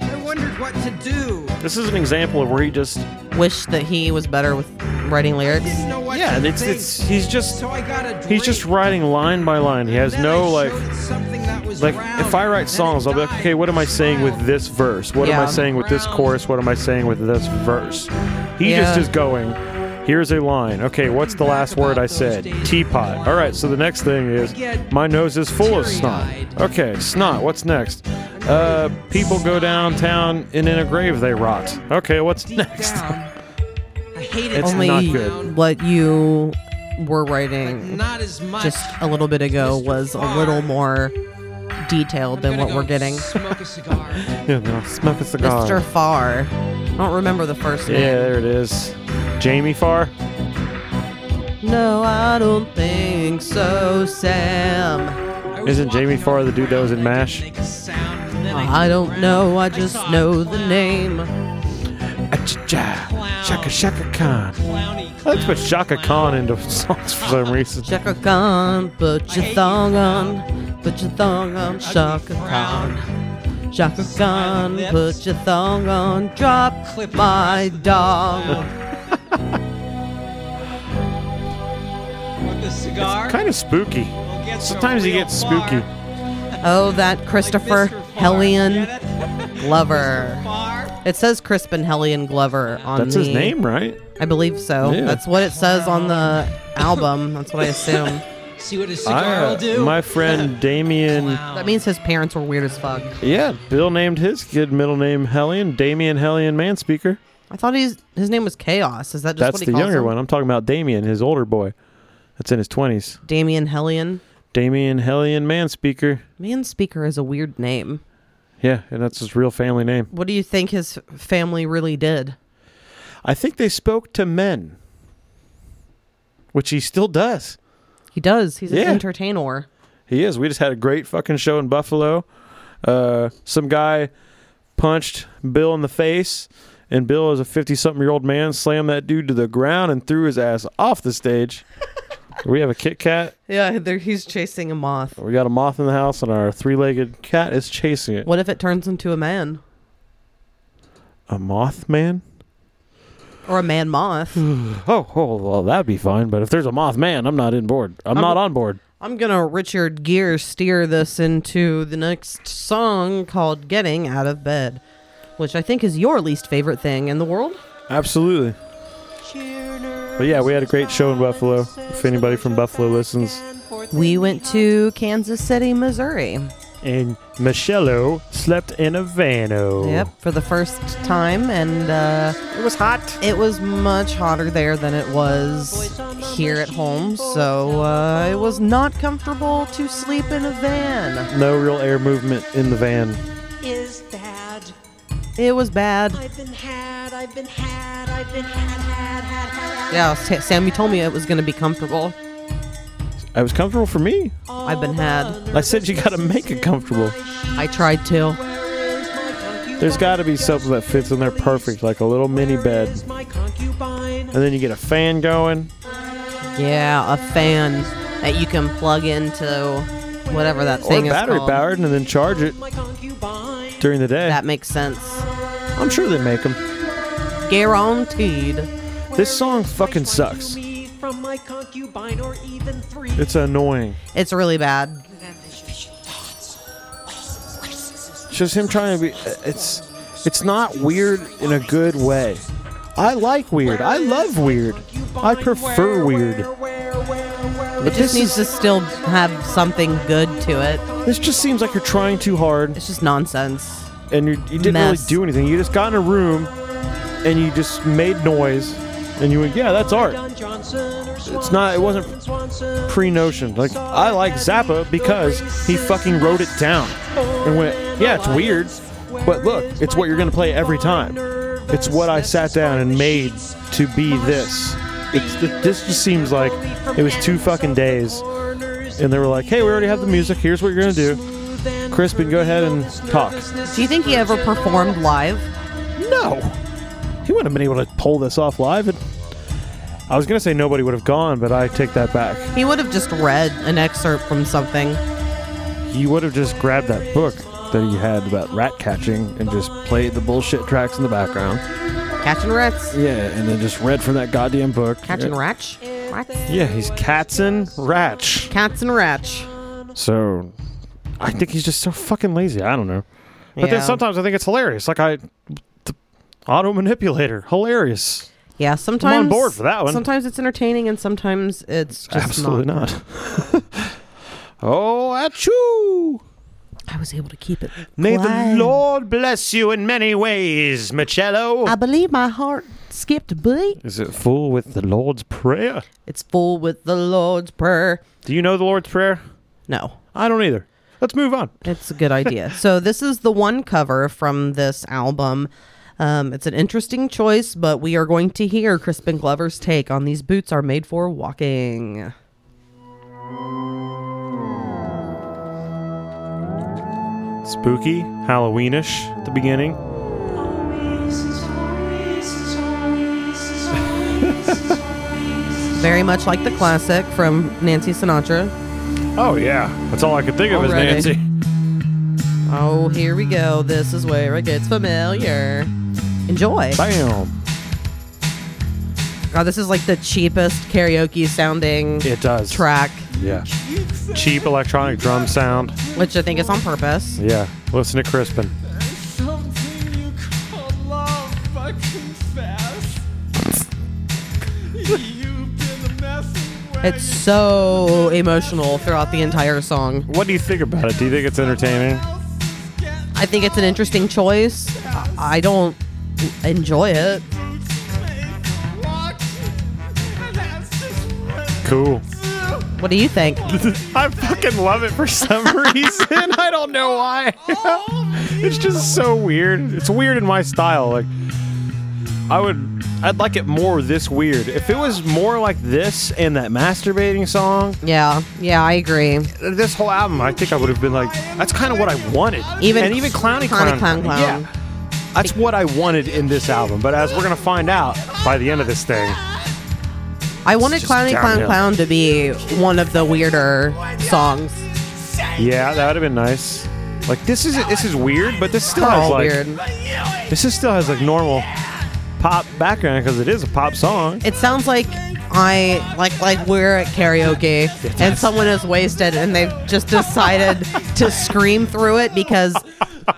I wondered what to do. This is an example of where he just Wish that he was better with writing lyrics. Didn't know what yeah, to and it's think, it's he's just so I got a drink. he's just writing line by line. He has Then no I like showed it something that was like round, if I then write it songs, I'll be like, died, okay, what am I saying with smiled. this verse? What am Yeah. I saying with this chorus? What am I saying with this verse? He just Yeah. is going. Here's a line. Okay, what's the last word I said? Teapot. All right, so the next thing is my nose is full of snot. Okay, snot. What's next? Uh, people go downtown and in a grave they rot. Okay, what's [laughs] Deep next? down, I hated It's the Only not clown, good. what you were but writing Not as much. just a little bit ago Mr. was a Farr. little more detailed I'm than gonna what go we're getting. Smoke a cigar. Yeah, no, smoke a cigar. Mr. Farr. I don't remember the first Yeah, name. there it is. Jamie Farr. No, I don't think so, Sam. I was Isn't Jamie walking Farr on the dude that was in ground, I MASH? didn't make a sound, and then I turned don't around. know, I saw just a know the clown. name. Achacha. Clown. Shaka Shaka Khan. [laughs] Clowny Let's put clown, Shaka clown. Khan into songs for some reason. Shaka Khan, put your hate you, thong clown. on, put your thong on, Shaka frown. Khan. Shaka Smiling Khan, put lips. your thong on, drop Clip Oh. my dog. With the cigar. Kind of spooky. we'll get Sometimes so he real gets far, spooky. like Oh, that Christopher Mr. Farr, Hellion get it? Glover. Farr. It says Crispin Hellion Glover on That's the. his name, right? I believe so. Yeah. That's what it says on the album. That's what I [laughs] assume. See what his I, cigar uh, will do. my [laughs] friend Damien. Clown. that means his parents were weird as fuck. Yeah, Bill named his kid middle name Hellion. Damien Hellion Manspeaker. I thought he's his name was Chaos. Is that just That's what he the calls younger him? one. I'm talking about Damien, his older boy. That's in his 20s. Damien Hellion. Damien Hellion Manspeaker. Man Speaker is a weird name. Yeah, and that's his real family name. What do you think his family really did? I think they spoke to men, which he still does. He does. He's Yeah. an entertainer. He is. We just had a great fucking show in Buffalo. Uh, some guy punched Bill in the face, and Bill, as a 50 something year old man, slammed that dude to the ground and threw his ass off the [laughs] stage. we have a Kit Kat. Yeah, there, he's chasing a moth. We got a moth in the house, and our three legged cat is chasing it. What if it turns into a man A moth man? or a man moth? Oh, oh, well, that'd be fine. But if there's a moth man, I'm not in board. I'm, not on board. I'm gonna Richard Gear steer this into the next song called "Getting Out of Bed," which I think is your least favorite thing in the world. Absolutely. But yeah, we had a great show in Buffalo. If anybody from Buffalo listens, We went to Kansas City, Missouri. and Michello slept in a vano. Yep, for the first time, and uh, It was hot. it was much hotter there than it was here at home. So uh, it was not comfortable to sleep in a van. No real air movement in the van. Is bad. It was bad. I've been had, I've been had, I've been had, had, had, had. Yeah, Sa- Sam, you told me it was gonna be comfortable. I was comfortable for me. I've been had. I said you gotta make it comfortable. I tried to. There's gotta be something that fits in there perfect, like a little mini bed. And then you get a fan going. Yeah, a fan that you can plug into whatever that Or thing is battery called. powered and then charge it during the day. That makes sense. I'm sure they make them. Guaranteed. This song fucking sucks. from my concubine or even three. It's annoying. It's really bad. It's just him trying to be. It's it's not weird in a good way. I like weird. I love weird. I prefer weird. It just this needs to still have something good to it. This just seems like you're trying too hard, It's just nonsense. and you, you didn't Mess. really do anything. You just got in a room, and you just made noise, and you went, "Yeah, that's art." It's not. It wasn't pre-notioned. Like I like Zappa because he fucking wrote it down and went, "Yeah, it's weird, but look, it's what you're gonna play every time. It's what I sat down and made to be this." It's th- this just seems like it was two fucking days, and they were like, "Hey, we already have the music. Here's what you're gonna do." Crispin, go ahead and talk. Do you think he ever performed live? No, he wouldn't have been able to pull this off live. And I was gonna say nobody would have gone, but I take that back. He would have just read an excerpt from something. he would have just grabbed that book that he had about rat catching and just played the bullshit tracks in the background. Catching rats. Yeah, and then just read from that goddamn book. Catching yeah. rats. Rats. Yeah, he's Katzen Ratch. Cats and rats. So I think he's just so fucking lazy. I don't know. But Yeah. then sometimes I think it's hilarious. Like I, the auto manipulator, hilarious. Yeah, sometimes board for that one. Sometimes it's entertaining and sometimes it's just Absolutely not. [laughs] oh, achoo! I was able to keep it. May Why? the Lord bless you in many ways, Michello. I believe my heart skipped a beat. Is it full with the Lord's Prayer? It's full with the Lord's prayer. Do you know the Lord's Prayer? No, I don't either. Let's move on. It's a good [laughs] idea. so this is the one cover from this album. Um, it's an interesting choice, but we are going to hear Crispin Glover's take on these boots are made for walking. Spooky, Halloweenish at the beginning. Very much like the classic from Nancy Sinatra. Oh yeah, that's all I could think was Already. Nancy. Oh, here we go. This is where it gets familiar. Enjoy. [laughs] Bam! God, this is like the cheapest karaoke sounding It does. track, Yeah. Cheap electronic drum sound. which I think is on purpose. Yeah. Listen to Crispin. Something you call love, I confess. You've been messing with It's so emotional throughout the entire song. What do you think about it? Do you think it's entertaining? I think it's an interesting choice. I- I don't enjoy it. Cool. [laughs] What do you think? I fucking love it for some [laughs] reason. I don't know why. [laughs] it's just so weird. It's weird in my style. Like I would I'd like it more this weird. If it was more like this and that masturbating song, Yeah, yeah, I agree. this whole album, I think I would have been like, that's kind of what I wanted. Even and even Clowny Clowny Clown. Clown Clown. Yeah. That's what I wanted in this album. But as we're going to find out by the end of this thing, I wanted just Clowny Clown downhill. Clown to be one of the weirder songs. yeah, that would have been nice. Like this is this is weird, but this still They're has all like weird. This is still has like normal pop background because it is a pop song. It sounds like I like like we're at karaoke and someone is wasted and they've [laughs] just decided to scream through it because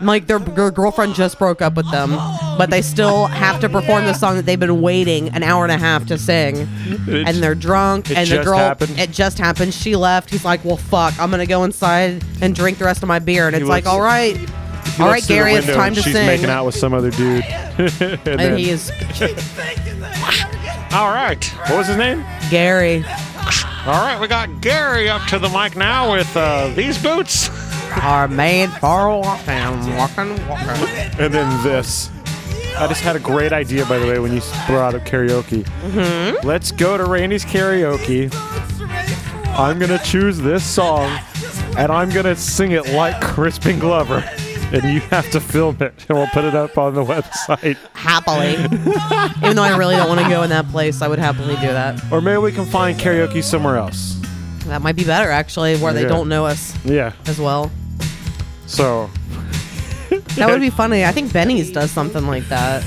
like their, their girlfriend just broke up with them, but they still have to perform the song that they've been waiting an hour and a half to sing. and they're drunk it and the just girl happened. it just happened she left he's like well fuck i'm gonna go inside and drink the rest of my beer and it's like looks- all right all right gary it's time to she's sing making out with some other [laughs] dude. and he is All right, what was his name? gary All right, we got Gary up to the mic now with uh, these boots, are made for walking walking walking and then this. I just had a great idea, by the way, when you brought up karaoke. Mm-hmm. Let's go to Randy's karaoke. I'm gonna choose this song, and I'm gonna sing it like Crispin Glover, and you have to film it, and we'll put it up on the website. [laughs] happily even though i really don't want to go in that place i would happily do that Or maybe we can find karaoke somewhere else. that might be better actually where they Yeah. don't know us Yeah. as well So [laughs] that would be funny i think benny's does something like that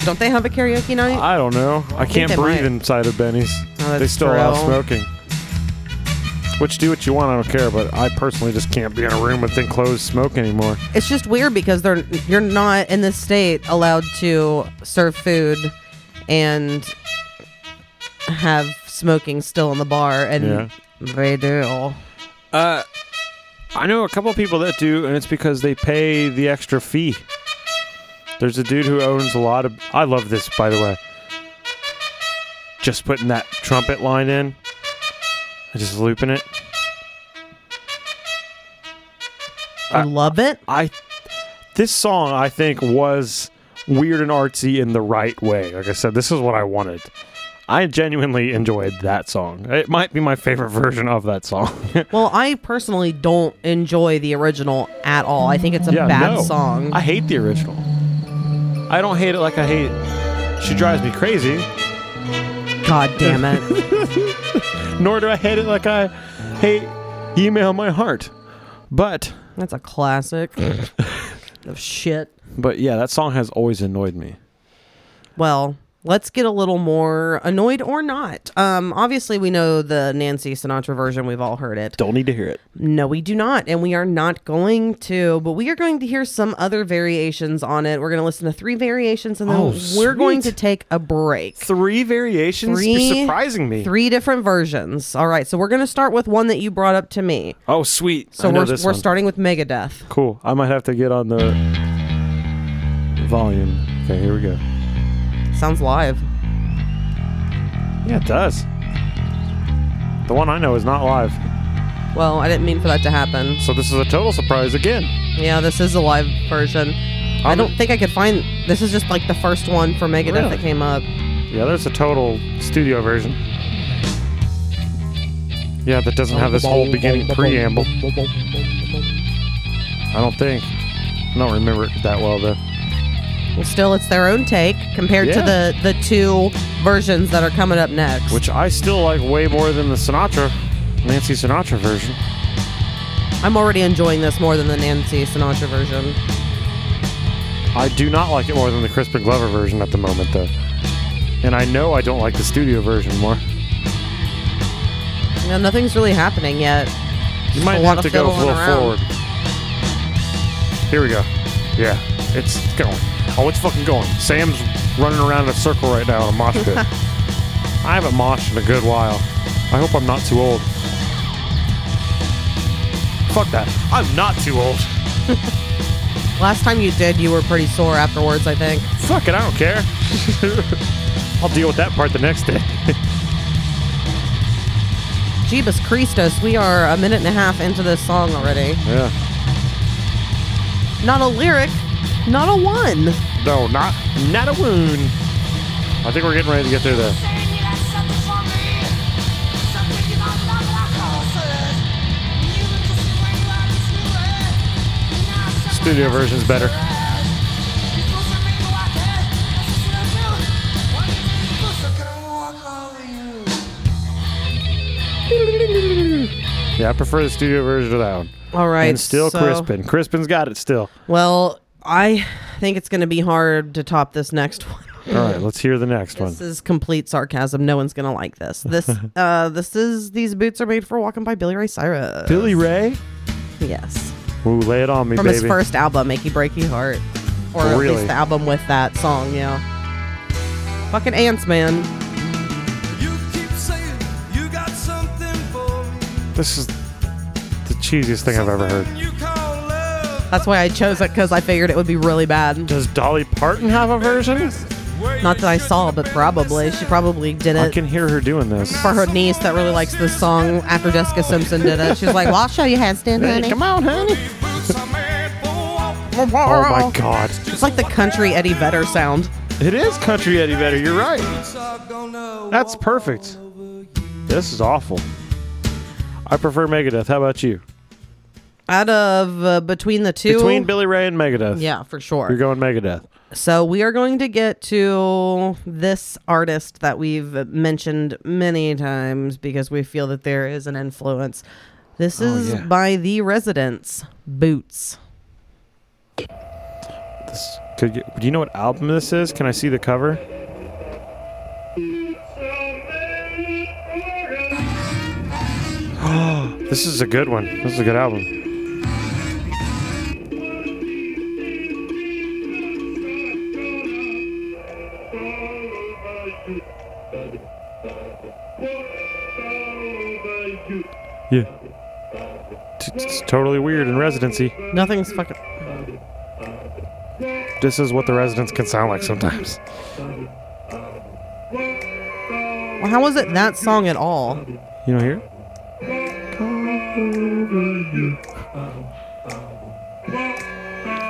Don't they have a karaoke night? I don't know. I can't they breathe might. inside of Benny's. Oh, they that's still allow true. smoking. Which do what you want, I don't care, but I personally just can't be in a room with enclosed smoke anymore. it's just weird because they're you're not in this state allowed to serve food and have smoking still in the bar, and Yeah. they do. Uh, I know a couple people that do, and it's because they pay the extra fee. There's a dude who owns a lot of. I love this, by the way. Just putting that trumpet line in, and just looping it. Uh, I love it. I this song I think was weird and artsy in the right way. Like I said, this is what I wanted. I genuinely enjoyed that song. It might be my favorite version of that song. [laughs] Well, I personally don't enjoy the original at all. I think it's a bad no. song. I hate the original. I don't hate it like I hate. She drives me crazy. God damn it. Nor do I hate it like I hate email my heart. But That's a classic of shit. but yeah, that song has always annoyed me. Well, let's get a little more annoyed or not. Um, obviously, we know the Nancy Sinatra version. We've all heard it. Don't need to hear it. No, we do not. And we are not going to, but we are going to hear some other variations on it. We're going to listen to three variations and then Oh, we're going to sweet. take a break. Three variations. You're surprising me. Three different versions. All right. So we're going to start with one that you brought up to me. Oh sweet. So I know we're, this we're one. starting with Megadeth. Cool. I might have to get on the volume. Okay, here we go. Sounds live. Yeah, it does. The one I know is not live. Well, I didn't mean for that to happen. So this is a total surprise again. Yeah, this is a live version. I don't think I could find. This is just like the first one for Megadeth Really? that came up. Yeah, there's a total studio version. Yeah, that doesn't have this whole beginning preamble. I don't think. I don't remember it that well though. Well, still, it's their own take compared to Yeah. the the two versions that are coming up next. Which I still like way more than the Sinatra, Nancy Sinatra version. I'm already enjoying this more than the Nancy Sinatra version. I do not like it more than the Crispin Glover version at the moment, though. And I know I don't like the studio version more. You know, nothing's really happening yet. You might a have lot to of go a fiddling little around. forward. Here we go. Yeah, it's going. Oh, it's fucking going. Sam's running around in a circle right now in a mosh [laughs] pit. I haven't moshed in a good while. I hope I'm not too old. Fuck that. I'm not too old. Last time you did, you were pretty sore afterwards. I think. Fuck it, I don't [laughs] care. I'll deal with that part the next day. Jeebus Christos, we are a minute and a half into this song already. Yeah. Not a lyric, not a one. No, not not a wound. I think we're getting ready to get through there. Studio version's better. Yeah, I prefer the studio version of that one. All right. and still so- Crispin. Crispin's got it still. Well, I think it's going to be hard to top this next [laughs] one. All right, let's hear the next one. This is complete sarcasm. No one's gonna like this. [laughs] This, uh, this is these boots are made for walking by Billy Ray Cyrus. Billy Ray. yes, Ooh, lay it on me, from baby. his first album, "Make You Break Your Heart," or at Really? least the album with that song. Yeah, fucking ants, man. This is the cheesiest thing I've ever heard. That's why I chose it because I figured it would be really bad. Does Dolly Parton have a version? Not that I saw, but probably she probably did I it. can hear her doing this. for her niece that really likes this song after Jessica Simpson did it. She's like, Well, I'll show you how it's done, honey. Come on, honey. Oh Oh my God, [laughs] It's like the country Eddie Vedder sound. it is country Eddie Vedder. You're right. That's perfect. This is awful. I prefer Megadeth. How about you? Out of uh, between the two. Between Billy Ray and Megadeth. Yeah, for You're sure. going Megadeth. So we are going to get to this artist that we've mentioned many times because we feel that there is an influence. This is by The Residents, Boots. This Could you, do you know what album this is? Can I see the cover? [gasps] This is a good one. This is a good album. Yeah. T- It's totally weird in residency. Nothing's fucking. This is what the residents can sound like sometimes. Well, how was it that song at all? You don't hear? it?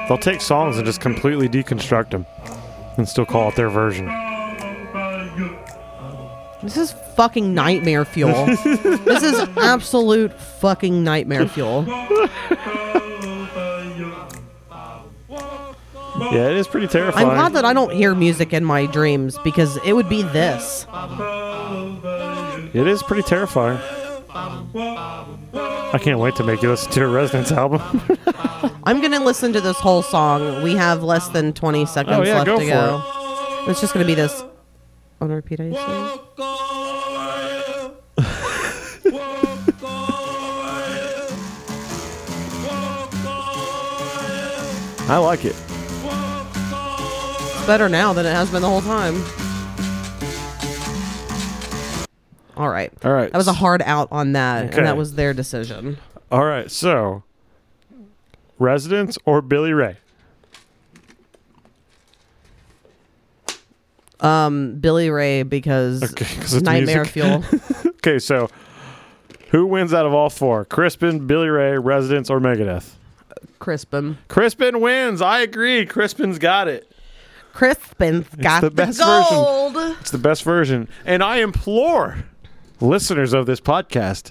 They'll take songs and just completely deconstruct them and still call it their version. This is fucking nightmare fuel. this is absolute fucking nightmare fuel. Yeah, it is pretty I'm terrifying. glad that I don't hear music in my dreams because it would be this. it is pretty terrifying. I can't wait to make you listen to a Residents album. I'm gonna listen to this whole song. We have less than 20 seconds Oh, yeah, left go to for go. It's just gonna be this. On repeat, I assume. [laughs] I like it. It's better now than it has been the whole time. All right. All right. That was a hard out on that, Okay. and that was their decision. All right, so Residents or Billy Ray? Um, Billy Ray because Okay, 'cause it's nightmare music. [laughs] fuel. Okay, so who wins out of all four? Crispin, Billy Ray, Residents, or Megadeth? Crispin. Crispin wins. I agree. Crispin's got it. Crispin's got the the, best version. gold. It's the best version. And I implore listeners of this podcast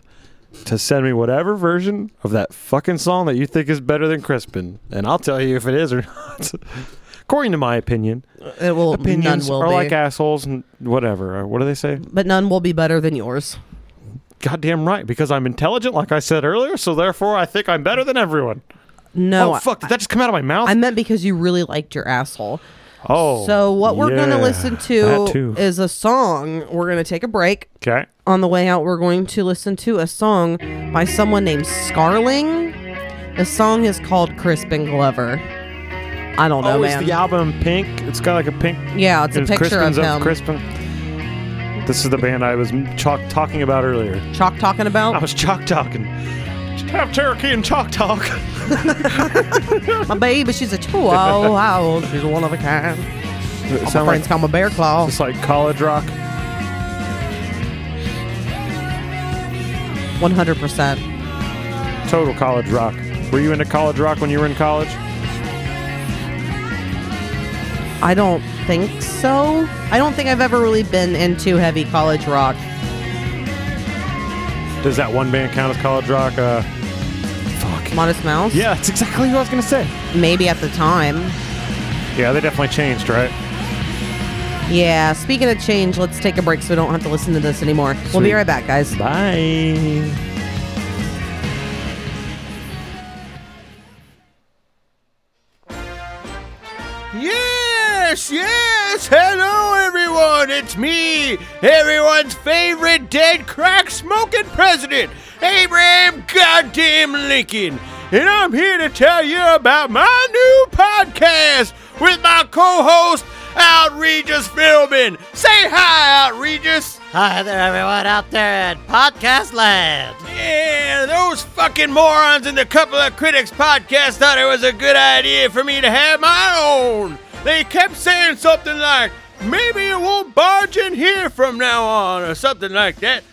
to send me whatever version of that fucking song that you think is better than Crispin. And I'll tell you if it is or [laughs] not. According to my opinion, It will. none opinions will are be. like assholes and whatever. Or What do they say? but none will be better than yours. Goddamn right. Because I'm intelligent, like I said earlier. So therefore, I think I'm better than everyone. No. oh, fuck. I, Did that just come out of my mouth? I meant because you really liked your asshole. oh. So what we're yeah, gonna listen that to too. is a song. We're gonna take a break. Okay. On the way out, we're going to listen to a song by someone named Scarling. The song is called Crispin Glover. I don't know, Oh, is man. the album pink? It's got like a pink yeah, it's a It's picture Crispin's of him. Crispin. This is the band I was chalk talking about earlier. Chalk talking I [laughs] about was chalk talking. Just Have Cherokee and chalk talk. my baby. She's [laughs] a chihuahua. she's one of a kind. It My sound like friends call me Bear Claw. it's like college rock. One hundred percent. Total college rock. Were you into college rock when you were in college? I don't think so. I don't think I've ever really been into heavy college rock. Does that one band count as college rock? Uh, fuck. Modest Mouse. Yeah, that's exactly what I was gonna say. Maybe at the time. Yeah, they definitely changed, right? Yeah, speaking of change, let's take a break so we don't have to listen to this anymore. We'll be Sweet. right back, guys. Bye. Yes, yes. Hello, everyone. It's me, everyone's favorite dead crack smoking president, Abraham Goddamn Lincoln. And I'm here to tell you about my new podcast with my co host, Outrageous Philbin. Say hi, Outrageous. Hi there, everyone out there at Podcast Land. Yeah, those fucking morons in the Couple of Critics podcast thought it was a good idea for me to have my own. They kept saying something like, maybe it won't barge in here from now on, or something like that.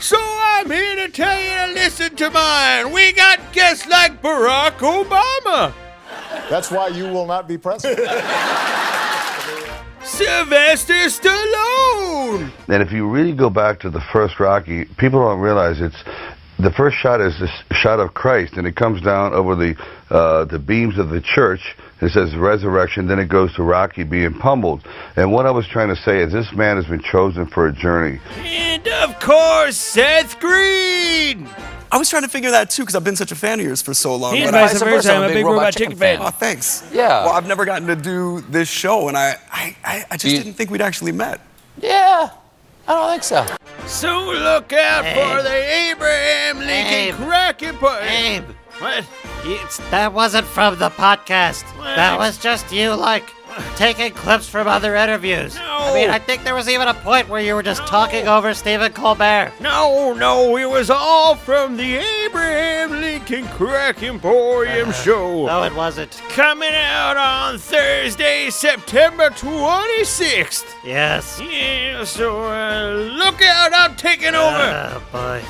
So I'm here to tell you to listen to mine. We got guests like Barack Obama. That's why you will not be president. Sylvester Stallone. And if you really go back to the first Rocky, people don't realize it's the first shot is this shot of Christ, and it comes down over the uh, the beams of the church. It says resurrection, then it goes to Rocky being pummeled. And what I was trying to say is this man has been chosen for a journey. And of course, Seth Green. I was trying to figure that too because I've been such a fan of yours for so long. He but and vice I- versa, I'm a big Robot Chicken fan. Oh, thanks. Yeah. Well, I've never gotten to do this show, and I, I, I, I just didn't think we'd actually met. Yeah, I don't think so. Soon look out for the Abraham Lincoln Kraken Party. What? That wasn't from the podcast. That What? was just you, like, taking clips from other interviews. I mean, I think there was even a point where you were just talking over Stephen Colbert. No, Oh, no, it was all from the Abraham Lincoln Crack Emporium show. No, it wasn't. Coming out on Thursday, September 26th. Yes. Yeah, so uh, look out, I'm taking over. Oh, boy.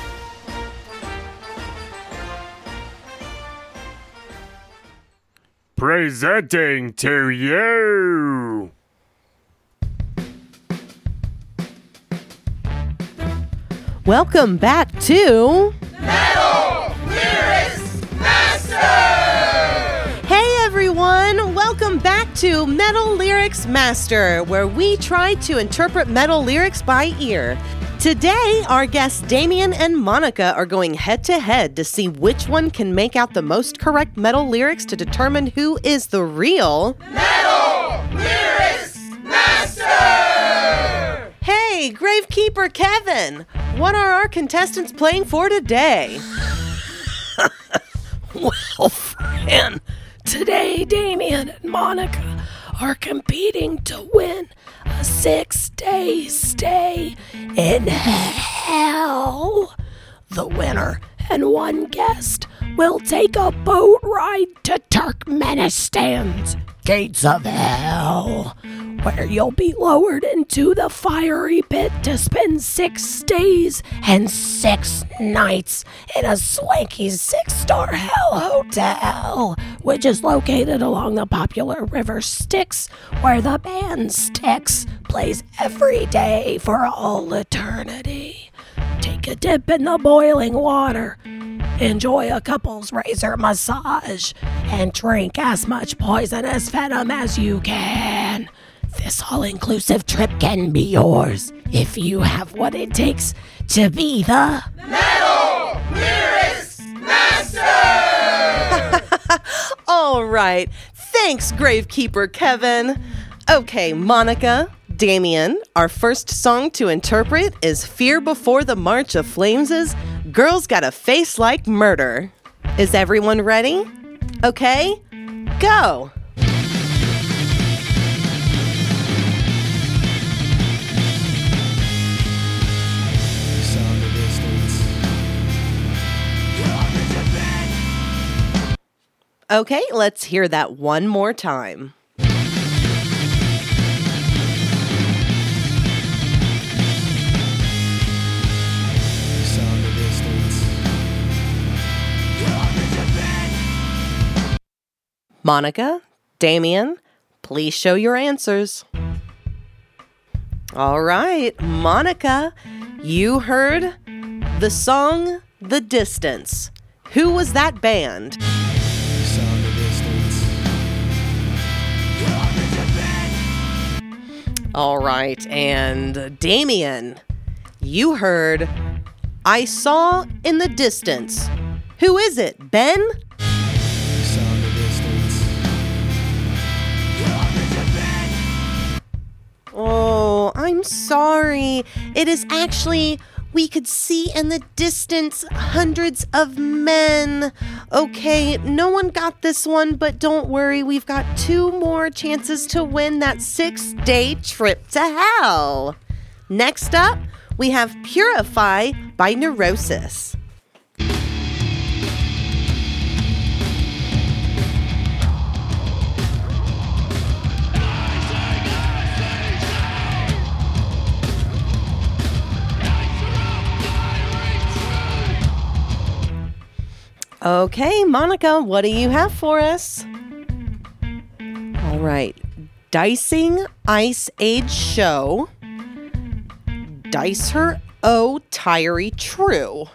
Presenting to you. Welcome back to. Hey everyone, welcome back to Metal Lyrics Master, where we try to interpret metal lyrics by ear. Today, our guests Damien and Monica are going head to head to see which one can make out the most correct metal lyrics to determine who is the real. Hey, Gravekeeper Kevin, what are our contestants playing for today? [laughs] Well, friend, today Damien and Monica are competing to win a six day stay in hell. The winner and one guest will take a boat ride to Turkmenistan's gates of hell, where you'll be lowered into the fiery pit to spend six days and six nights in a swanky six star hell hotel, which is located along the popular river Styx, where the band Styx plays every day for all eternity. Take a dip in the boiling water. Enjoy a couple's razor massage and drink as much poisonous venom as you can. This all inclusive trip can be yours if you have what it takes to be the. All right. Thanks, Gravekeeper Kevin. Okay, Monica, Damien, our first song to interpret is Fear Before the March of Flames' Girls Got a Face Like Murder. Is everyone ready? Okay, go. Sound of distance. Okay, let's hear that one more time. Sound of distance. Monica, Damien, please show your answers. All right, Monica, you heard the song The Distance. Who was that band? Sound of distance. All right, and Damien, you heard I Saw in the Distance. Who is it, Ben? Sound of distance. Oh, I'm sorry. It is actually we could see in the distance hundreds of men. Okay, no one got this one, but don't worry, we've got two more chances to win that six day trip to hell. Next up, we have Purify by Neurosis. Okay, Monica, what do you have for us? All right. Dicing Ice Age Show. Dice her O Tyree True.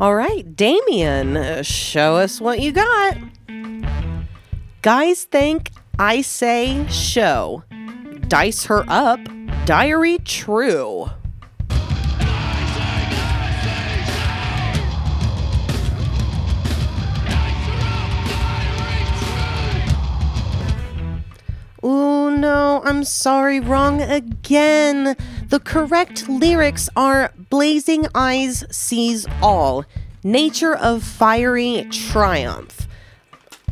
All right, Damien, uh, show us what you got. Guys think I say show. Dice her up. Diary true. Oh no, I'm sorry, wrong again. The correct lyrics are Blazing Eyes Sees All, Nature of Fiery Triumph.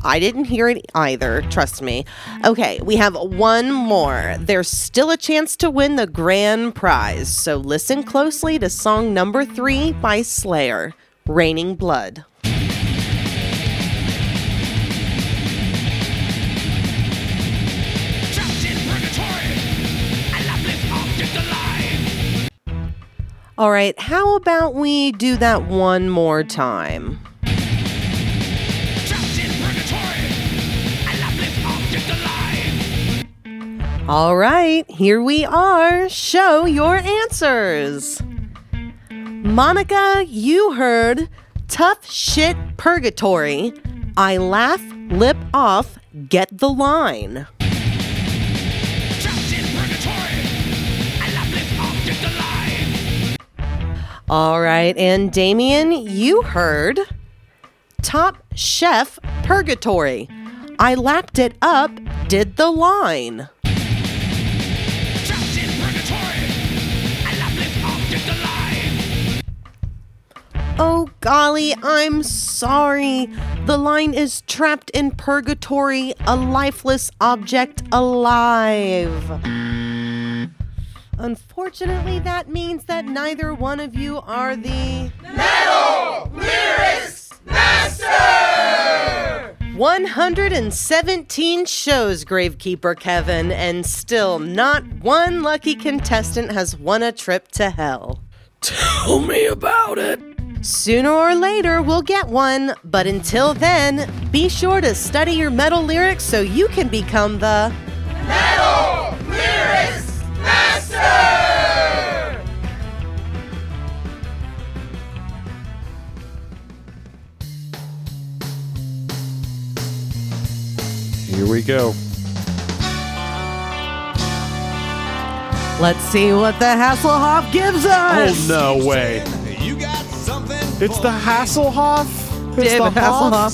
I didn't hear it either, trust me. Okay, we have one more. There's still a chance to win the grand prize, so listen closely to song number three by Slayer Raining Blood. All right, how about we do that one more time? All right, here we are. Show your answers. Monica, you heard tough shit purgatory. I laugh, lip off, get the line. All right, and Damien, you heard Top Chef Purgatory. I lapped it up, did the line. Oh golly, I'm sorry. The line is trapped in purgatory, a lifeless object alive. Unfortunately, that means that neither one of you are the Metal Lyrics Master! 117 shows, Gravekeeper Kevin, and still not one lucky contestant has won a trip to hell. Tell me about it. Sooner or later, we'll get one, but until then, be sure to study your metal lyrics so you can become the Metal Lyrics Master! Here we go. Let's see what the Hasselhoff gives Oh, us. no way. It's the Hasselhoff? It's David the Hoff?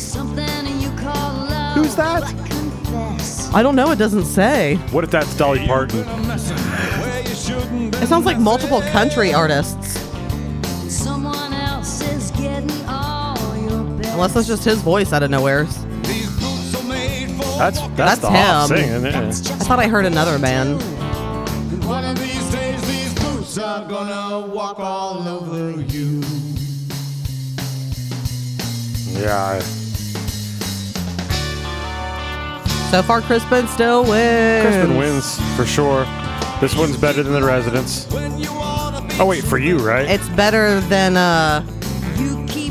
Who's that? I don't know. It doesn't say. What if that's Dolly Parton? It sounds like multiple country artists. Someone else is getting all your best. Unless that's just his voice out of nowhere. That's That's, the Hoff him. singing, isn't it? I thought I heard another man. One of these days, these boots are gonna walk all over you. Yeah. So far, Crispin still wins. Crispin wins for sure. This one's better than the residents. Oh wait, for you, right? It's better than uh,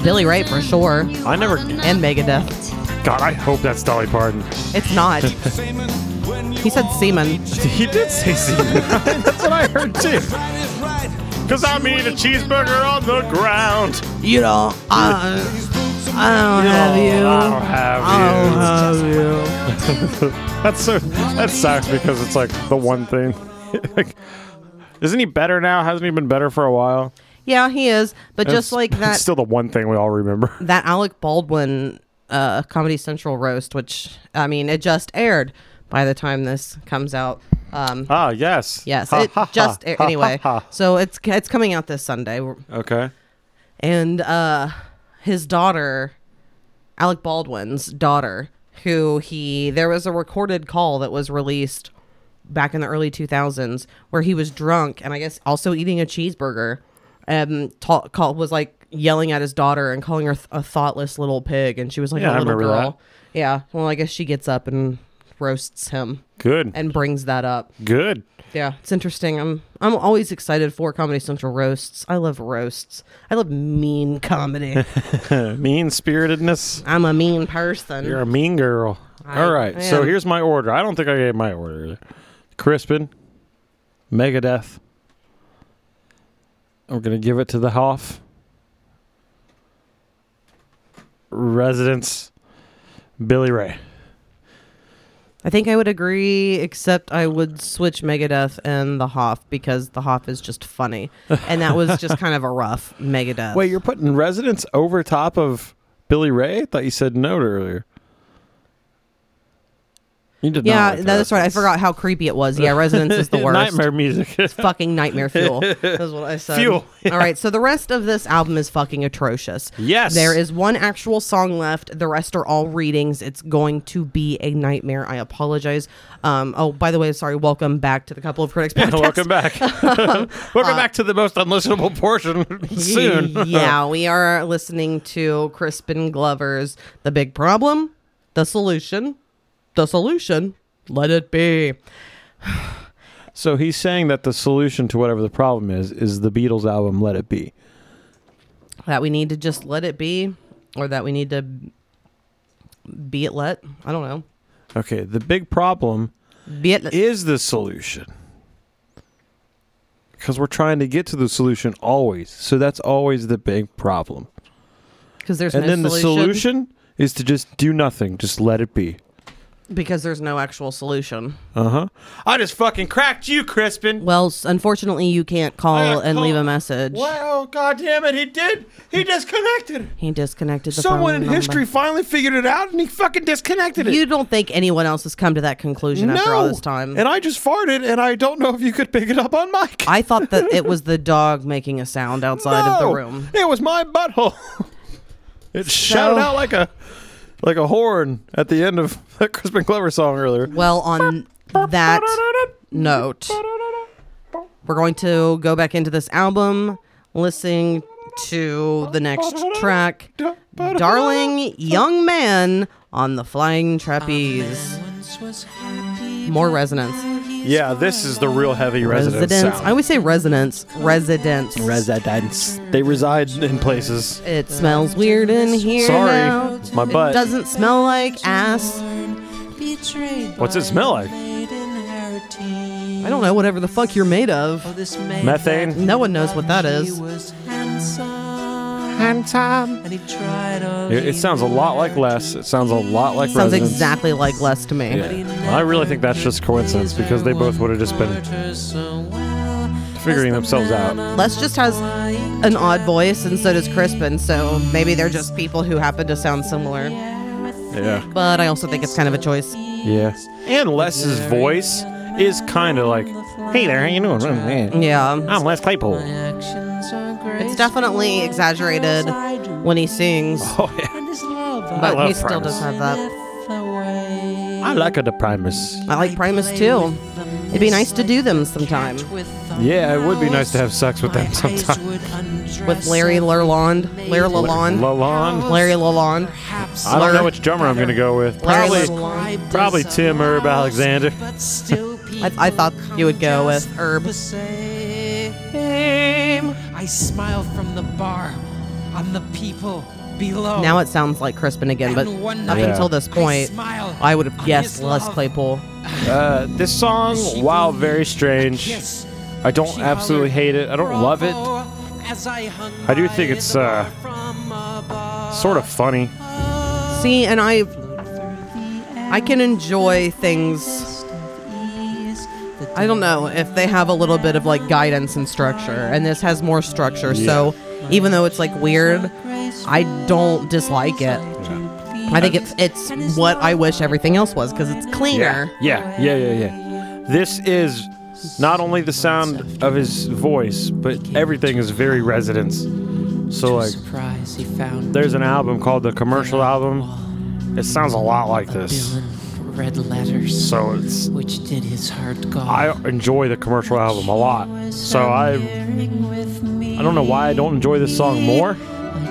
Billy Ray for sure. I never. And Megadeth. God, I hope that's Dolly Parton. [laughs] It's not. he said semen. He did say semen. [laughs] That's what I heard too. Cause I'm eating a cheeseburger on the ground. You know, I, I No, don't have you. I don't have I you. [laughs] that's so. That sucks because it's like the one thing. [laughs] like, isn't he better now? Hasn't he been better for a while? Yeah, he is. But It's- just [laughs] like it's that, still the one thing we all remember. that Alec Baldwin uh, Comedy Central roast, which I mean, it just aired by the time this comes out. Um, ah, yes, yes, Ha, it ha, ha. just aired Ha, ha, anyway. ha. So it's it's coming out this Sunday, Okay. and uh, his daughter, Alec Baldwin's daughter, who he there was a recorded call that was released back in the early 2000s where he was drunk and I guess also eating a cheeseburger and ta- call, was like yelling at his daughter and calling her th- a thoughtless little pig and she was like Yeah, a I little remember girl. Yeah. Well, I guess she gets up and roasts him. Good. And brings that up. Good. Yeah, it's interesting. I'm I'm always excited for Comedy Central roasts. I love roasts. I love [laughs] mean comedy. mean spiritedness. I'm a mean person. You're a mean girl. I All right. So am. here's my order. I don't think I gave my order. Crispin, Megadeth. We're gonna give it to the Hoff. Residents, Billy Ray. I think I would agree, except I would switch Megadeth and the Hoff because the Hoff is just funny, and that was just kind of a rough Megadeth. Wait, you're putting Residents over top of Billy Ray? I thought you said no to earlier. You did not. yeah, like that's right. I Residents. forgot how creepy it was. Yeah, Resonance [laughs] is the [laughs] worst. Nightmare music. it's fucking nightmare fuel. That's what I said. Fuel, All right. So the rest of this album is fucking atrocious. [laughs] Yes. There is one actual song left. The rest are all readings. It's going to be a nightmare. I apologize. Um, oh, by the way, sorry. Welcome back to the couple of [laughs] critics. Yeah, [laughs] Podcast. welcome back. [laughs] welcome back to the most unlistenable portion [laughs] soon. [laughs] yeah, we are listening to Crispin Glover's The Big Problem, The Solution, The Solution, Let It Be. So he's saying that the solution to whatever the problem is is the Beatles album Let It Be. That we need to just let it be, or that we need to be it let. I don't know. Okay, the big problem is the solution. Because we're trying to get to the solution always. So that's always the big problem. Because there's and no then the solution. solution is to just do nothing, just let it be. Because there's no actual solution. Uh huh. I just fucking cracked you, Crispin. Well, s- unfortunately, you can't call and leave a message. Wow, God damn it, he did. He disconnected. He disconnected the Someone phone in number. history finally figured it out and he fucking disconnected it. You don't think anyone else has come to that conclusion after all No. this time? And I just farted, and I don't know if you could pick it up on mic. I thought that it was the dog making a sound outside of No, the room. It was my butthole. [laughs] it shouted out like a like a horn at the end of that Crispin Glover song earlier. Well, on that note, we're going to go back into this album, listening to the next track Darling Young Man on the Flying Trapeze. More resonance. Yeah, this is the real heavy residence. Residence. I sound. always say resonance. Residence. Residence. They reside in places. It smells weird in here. Sorry, now. my butt. It doesn't smell like ass. What's it smell like? I don't know, whatever the fuck you're made of. Methane? No one knows what that is. It, it sounds a lot like Les. It sounds a lot like Sounds residence. exactly like Les to me. Yeah. I really think that's just coincidence because they both would have just been figuring themselves out. Les just has an odd voice, and so does Crispin, so maybe they're just people who happen to sound similar. Yeah. But I also think it's kind of a choice. Yeah. And Les's voice is kind of like, hey there, how you doing? Yeah. I'm Les Claypool. It's definitely exaggerated when he sings. Oh, yeah. I But love he still Primus. does have that. I like the Primus. I like Primus too. It'd be nice to do them sometime. Yeah, it would be nice to have sex with them sometime. With Larry Lalonde. Larry Lalonde. Lalonde. Larry Lalonde. I don't know which drummer I'm going to go with. Larry Probably, Lalonde. probably Tim Herb Alexander. I, I thought you would go with Herb. I smile from the bar on the people below. Now it sounds like Crispin again, but And one up night until this I point, smile I would have guessed Les Claypool. Uh, this song, while very strange, I don't absolutely hate it. I don't love it. I do think it's uh, sort of funny. See, and I, I can enjoy things. I don't know if they have a little bit of like guidance and structure, and this has more structure. So even though it's like weird, I don't dislike it. I think it's it's what I wish everything else was because it's cleaner. Yeah, yeah, yeah, yeah. This is not only the sound of his voice, but everything is very residence. So like, surprise he found there's an album called the Commercial Album. It sounds a lot like this. red letters So it's which did his heart go I enjoy the Commercial Album a lot. So I I don't know why I don't enjoy this song more.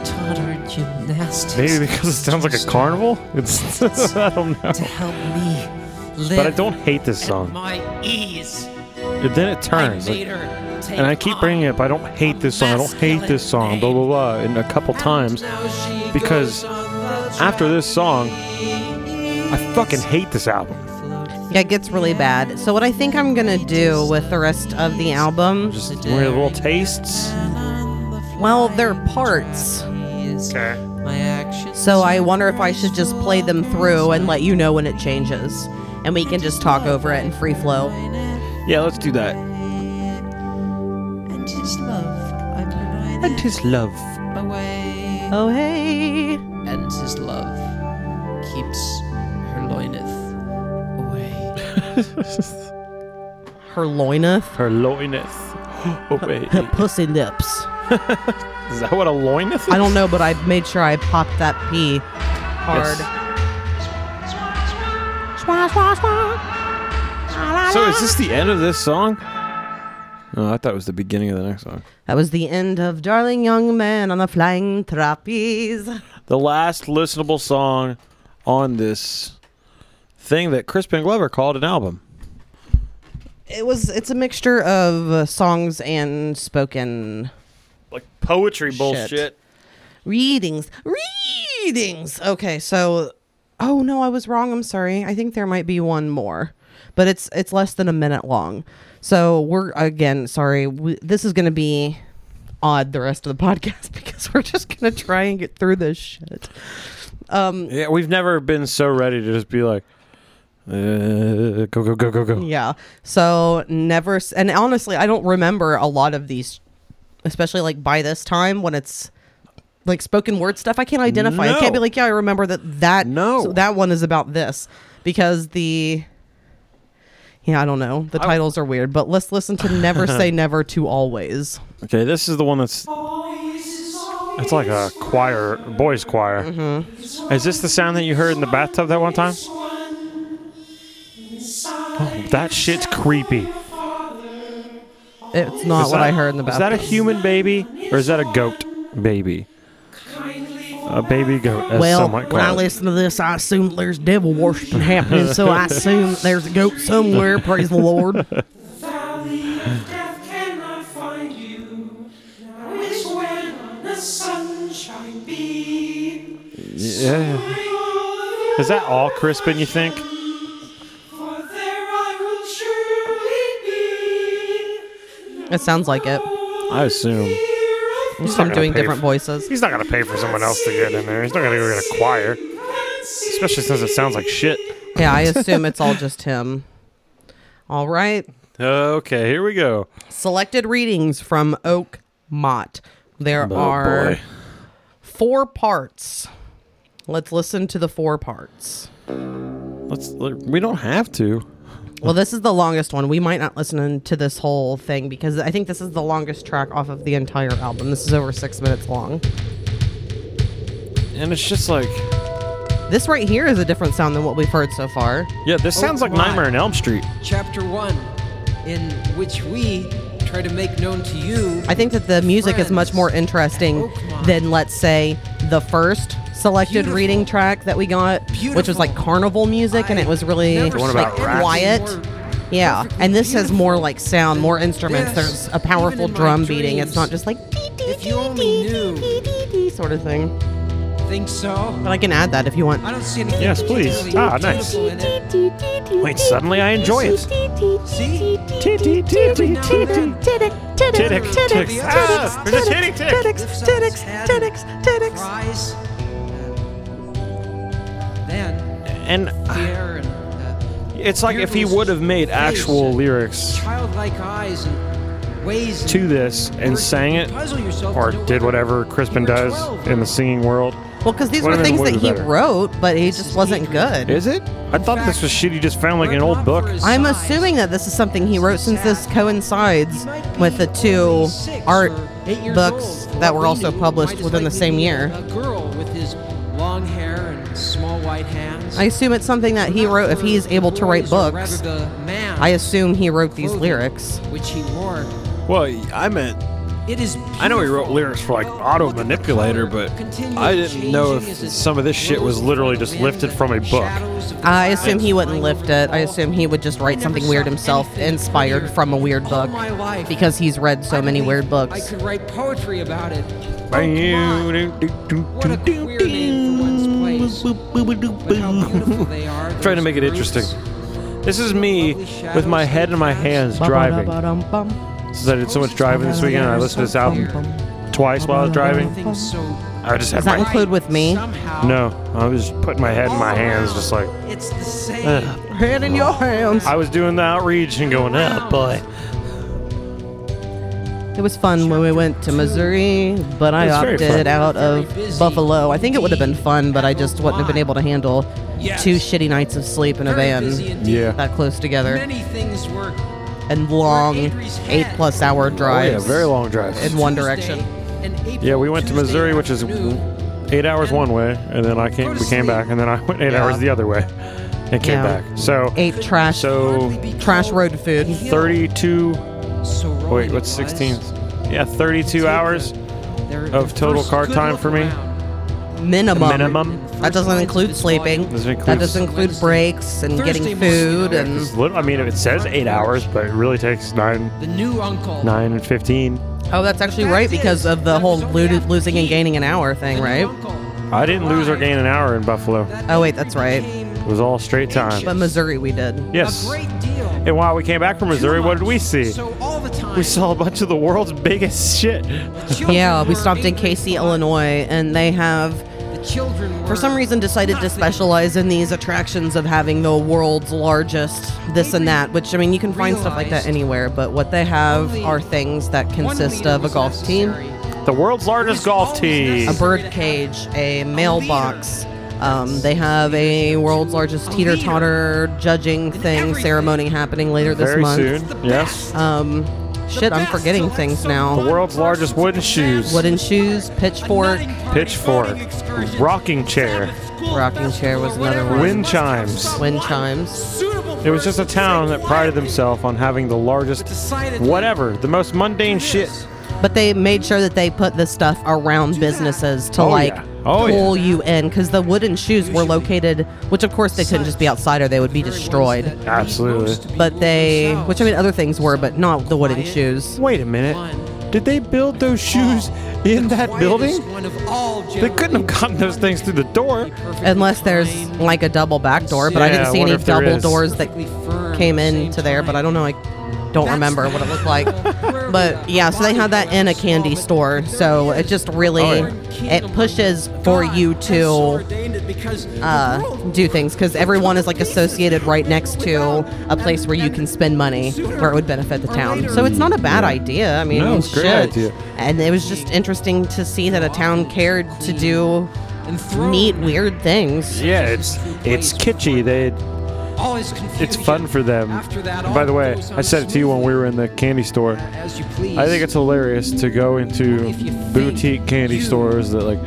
taught her gymnastics Maybe because it sounds like a carnival. [laughs] It's I don't know. But I don't hate this song. my ease And then it turns. like- and I keep bringing it up. I don't hate this song. I don't hate this song. Blah blah blah. And a couple times, because after this song, I fucking hate this album. Yeah, it gets really bad. So what I think I'm gonna do with the rest of the album, Weird little tastes. well, they're parts. Okay. So I wonder if I should just play them through and let you know when it changes. and we can just talk over it and free flow. Yeah, let's do that. And just love. I'm And his love. away. Oh, hey. And his love keeps her loineth. Her loineth. Her [gasps] loineth. Away. Her pussy lips. [laughs] Is that what a loineth is? I don't know, but I made sure I popped that P hard. So is this the end of this song? Oh, I thought it was the beginning of the next song. That was the end of Darling Young Man on the Flying Trapeze. The last listenable song on this thing that Crispin Glover called an album. It was. It's a mixture of uh, songs and spoken Like poetry Shit. bullshit. readings. Readings. Okay, so oh no, I was wrong. I'm sorry. I think there might be one more, but it's it's less than a minute long. So we're again sorry. We, this is going to be odd the rest of the [laughs] podcast because we're just going to try and get through this shit. Um. Yeah, we've never been so ready to just be like, uh, go, go, go, go, go. Yeah. So never. s- And honestly, I don't remember a lot of these, especially like by this time when it's like spoken word stuff. I can't identify. I can't be No. like, yeah, I remember that. That no. that one is about this because the. Yeah, I don't know. The titles are weird, but let's listen to [laughs] "Never Say Never to Always." Okay, this is the one that's. It's like a choir, boys' choir. Mm-hmm. Is this the sound that you heard in the bathtub that one time? Oh, that shit's creepy. It's not Is what that- I heard in the Is that a bathroom. human baby or is that a goat baby? A baby goat, as well, some might when I call it. listen to this, I assume there's devil worshiping happening, so I assume there's a goat somewhere. Praise the Lord. Yeah. Is that all Crispin, you think? It sounds like it. I assume. Just him doing different voices. He's not gonna pay for someone else to get in there. He's not gonna go get a choir, especially since it sounds like shit. [laughs] Yeah, I assume it's all just him. All right. Okay, here we go. Selected readings from Oak Mott. There Oh, are boy. four parts. Let's listen to the four parts. Let's. Look, we don't have to. Well, this is the longest one. We might not listen to this whole thing because I think this is the longest track off of the entire album. This is over six minutes long. And it's just like, This right here is a different sound than what we've heard so far. yeah, this sounds like Nightmare on Elm Street. Chapter 1, in which we try to make known to you. I think that the music is much more Oh, interesting than, let's say, the first selected reading track that we got, which was like carnival music, and it was really never The one saw like about rats? quiet. Yeah, and this has more like sound, more instruments. There's a powerful drum beating. It's not just like If you only knew. dee sort of thing. Think so? But I can add that if you want. I don't see anything Yes, please. particularly Ah, nice. beautiful in it. Wait, suddenly I enjoy it. See? Fries. uh, Then And fear and it's like if he would have made actual lyrics childlike eyes and ways and to this and sang it, puzzle yourself. or did whatever Crispin does in the singing world. Well, because these Would've were been things way that he better. wrote, but he just wasn't good. Is it? I thought this was shit. He just found like an old book. I'm assuming that this is something he wrote since this coincides with the two art books that were also published within the same year. A girl with his long hair and small white hands. I assume it's something that he wrote if he's able to write books. I assume he wrote these lyrics. which he wore. Well, I meant. It is. I know he wrote lyrics for like Auto Manipulator, but I didn't know if some of this shit was literally just lifted from a book. I assume he wouldn't lift it. I assume he would just write something weird himself, inspired from a weird book, because he's read so many weird I books. could write poetry about it. Trying What a queer name for one's place. But how beautiful they are. [laughs] to make it interesting. This is me with my head in my hands driving. Since I did so much driving this weekend, I listened to this album twice while I was driving. Everything's so I just had Does that my include with me? no. I was just putting my head in Oh, my hands, just like It's the same. Ugh. Head in your hands. I was doing the outreach and going "Ah, up, boy. It was fun when we went to Missouri, but I It's very opted fun. out of Buffalo. I think it would have been fun, but I just wouldn't have been able to handle two shitty nights of sleep in a Very van busy indeed. Yeah. that close together Many things were and long eight plus hour drives. very long drives. in one direction. Yeah, we went to Missouri, which is Eight hours one way, and then I came. We came back, and then I went eight Yeah. hours the other way, and came Yeah. back. So Ate trash, so trash road food. thirty-two. Wait, what's sixteen? Yeah, thirty-two hours of total car time for me. Minimum. Minimum. That doesn't include sleeping. Doesn't include- that doesn't include breaks and getting food and. It's lit- I mean, it says eight hours, but it really takes nine, the new uncle. nine and fifteen. Oh, that's actually right because of the whole lo- losing and gaining an hour thing, right? I didn't lose or gain an hour in Buffalo. Oh wait, that's right. It was all straight time. But Missouri, we did. Yes. And while we came back from Missouri, what did we see? We saw a bunch of the world's biggest shit. [laughs] Yeah, we stopped in Casey, Illinois, and they have, for some reason, decided to specialize in these attractions of having the world's largest this and that, which, I mean, you can find stuff like that anywhere, but what they have are things that consist of a golf team, The world's largest golf tee. a bird cage, a mailbox. Um, they have a world's largest teeter totter judging thing ceremony happening later this Very month. soon. Yes. Um, shit, I'm forgetting things now. The world's largest wooden shoes. Wooden shoes, pitchfork, Pitchfork. Rocking chair. Rocking chair was another one. Wind chimes. Wind chimes. It was just a town that prided themselves on having the largest, whatever, the most mundane shit. But they made sure that they put the stuff around businesses to Oh, like yeah. Oh, yeah. pull you in because the wooden shoes were located, which of course they couldn't just be outside or they would be destroyed. Absolutely. But they, which I mean, other things were, but not the wooden shoes. Wait a minute. Did they build those shoes in that building? They couldn't have gotten those things through the door. Unless there's like a double back door, but I Yeah, didn't see I wonder any if there double is. doors that came into there, but I don't know. I don't remember what it looked like. but yeah, so they had that in a candy store. So it just really it pushes for you to uh, do things because everyone is like associated right next to a place where you can spend money where it would benefit the town. So it's not a bad idea. I mean, No, it's a great shit. idea. And it was just interesting to see that a town cared to do neat, weird things. Yeah, it's it's kitschy. They Always it's fun for them. that, And by the way, I said it to you when we were in the candy store. I think it's hilarious to go into boutique candy stores that like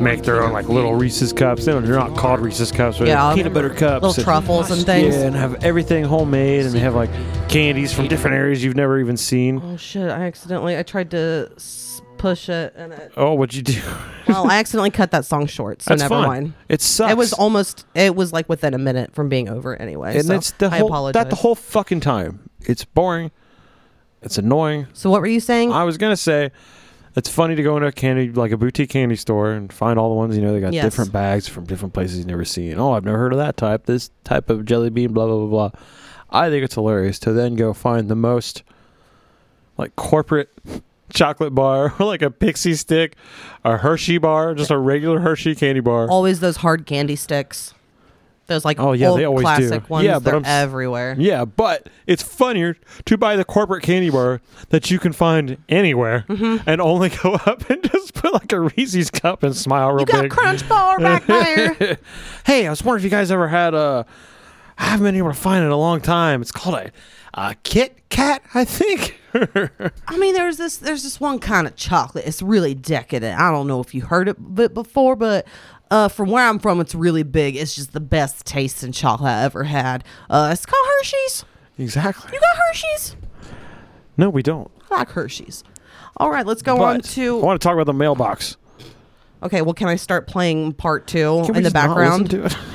make their own like little Reese's cups. They don't, they're not called Reese's cups, but Yeah. yeah, peanut butter cups, Little truffles and things. Yeah, and have everything homemade, and they have like candies from different areas you've never even seen. Oh shit! I accidentally I tried to s- push it and it. Oh, what'd you do? [laughs] Well, I accidentally cut that song short, so That's never fine. mind. It sucks. It was almost. It was like within a minute from being over anyway. and so it's the I whole apologize. that the whole fucking time. It's boring. It's annoying. So what were you saying? I was gonna say it's funny to go into a candy like a boutique candy store and find all the ones you know they got Yes. different bags from different places you've never seen. Oh, I've never heard of that type. This type of jelly bean. Blah blah blah blah. I think it's hilarious to then go find the most like corporate chocolate bar [laughs] or like a pixie stick, a Hershey bar, just a regular Hershey candy bar. always those hard candy sticks. Those like Oh yeah, old they always classic do. ones. yeah, but they're I'm s- everywhere. Yeah, but it's funnier to buy the corporate candy bar that you can find anywhere Mm-hmm. and only [laughs] go up and just put like a Reese's cup and smile real big. Crunch bar back there. [laughs] hey, I was wondering if you guys ever had a. I haven't been able to find it in a long time. It's called a, a Kit Kat, I think. [laughs] I mean, there's this there's this one kind of chocolate. It's really decadent. I don't know if you heard it b- before, but uh, from where I'm from, it's really big. It's just the best tasting chocolate I ever had. Uh, it's called Hershey's. Exactly. You got Hershey's? No, we don't. I like Hershey's. All right, let's go But on I to. want to talk about the mailbox. Okay, well, can I start playing part two Can we in the just not listen background? to it? [laughs]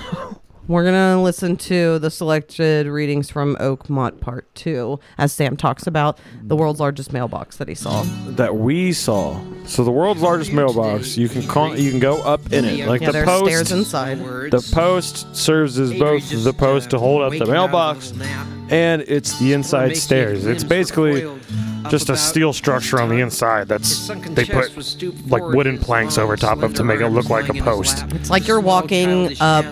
We're gonna listen to the selected readings from Oakmont Part Two as Sam talks about the world's largest mailbox that he saw. that we saw. So the world's largest mailbox, you can con- you can go up in it. Like yeah, the there's post, stairs inside. the post serves as both the post to hold up the mailbox, and it's the inside stairs. It's basically just a about steel structure on the inside that's sunken they chest put was stooped like forward, wooden his planks long, over top of to make it slender look like a arms lying in his post. lap. It's like you're walking up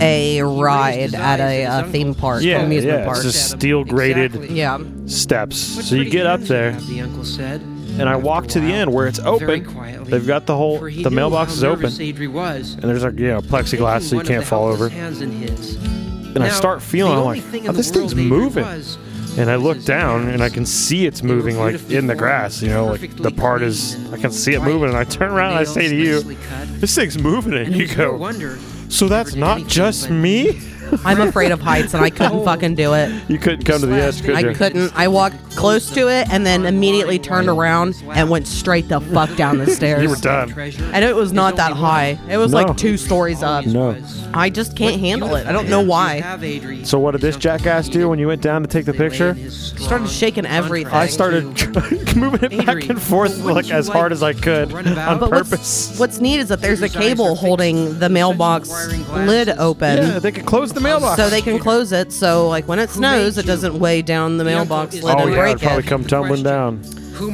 a ride at a, uh theme park, Yeah, amusement yeah, park. it's just steel grated Yeah. steps. So you get up there, the uncle said. and I walk to the end where it's open. They've got the whole the mailbox is open, and Adri was. there's a you know plexiglass so you can't fall over. Hands in his. And I start feeling I'm like, oh, this thing's moving. And I look down and I can see it's moving like in the grass, you know, like the part is I can see it moving and I turn around and I say to you, This thing's moving and you go So that's not just me? I'm afraid of heights and I couldn't fucking do it. You couldn't come to the edge, could you? I couldn't. I walked close to it and then immediately turned around and went straight the fuck down [laughs] the [laughs] stairs. You were done. And it was not that high. It was No. like two stories up. No. I just can't handle it. I don't know why. So what did this jackass do when you went down to take the picture? Started shaking everything. I started [laughs] moving it back and forth like as hard as I could on But purpose. [laughs] what's, what's neat is that there's a cable holding the mailbox lid open. Yeah, they could close the mailbox. So they can close it. So like when it snows, it doesn't weigh down the mailbox lid Oh and yeah, it'd break probably it. come tumbling down.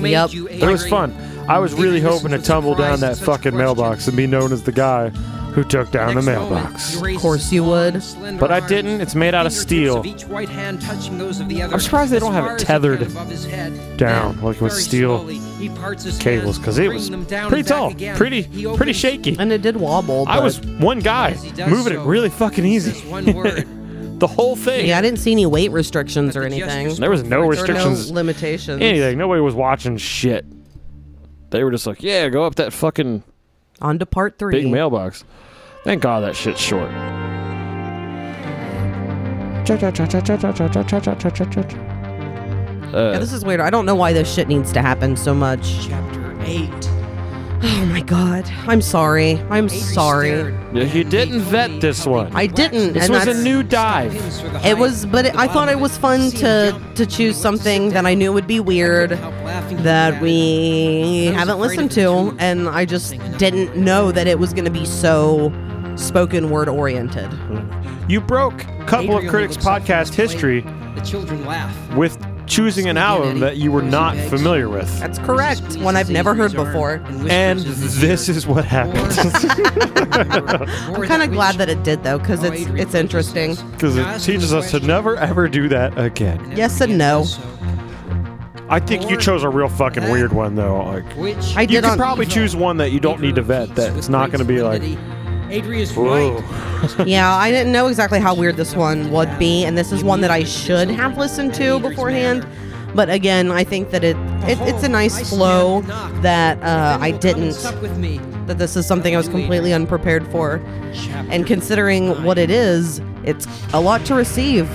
made Yep. you It was fun. I was really hoping to tumble down that fucking mailbox and be known as the guy who took down the mailbox. Of course you would. But I didn't. It's made out of steel. Each white hand touching those of the other. I'm surprised they don't as have far it as he can tethered above his head. down like with steel He parts his hands, cables because it bring was them down pretty and back tall, again. pretty, He opens pretty shaky. And it did wobble. I but- was one guy does moving so, it really fucking easy. [laughs] the whole thing. Yeah, I didn't see any weight restrictions or anything. There was no There were restrictions. no limitations. Anything. Nobody was watching shit. They were just like, yeah, go up that fucking On to part three. big mailbox. Thank God that shit's short. Uh, yeah, this is weird. I don't know why this shit needs to happen so much. Chapter eight. Oh my god. I'm sorry. I'm sorry. Yeah, you didn't vet this one. I didn't. This and was a that's- new dive. It was, but it, I thought it was fun to to choose something that I knew would be weird that we haven't listened to, and I just didn't know that it was going to be so spoken word oriented. You broke couple of critics podcast history The children laugh. with choosing an album that you were not familiar with. That's correct. One I've never heard before. And this is what happened. I'm kind of glad that it did though, because it's it's interesting. Because it teaches us to never ever do that again. Yes and no. I think you chose a real fucking weird one though. Like, Which I you did could on- probably choose one that you don't need to vet. That it's not going to be like, Adria's whoa. yeah, I didn't know exactly how weird this one would be, and this is one that I should have listened to beforehand. But again, I think that it, it it's a nice flow that uh, I didn't. That this is something I was completely unprepared for, and considering what it is, it's a lot to receive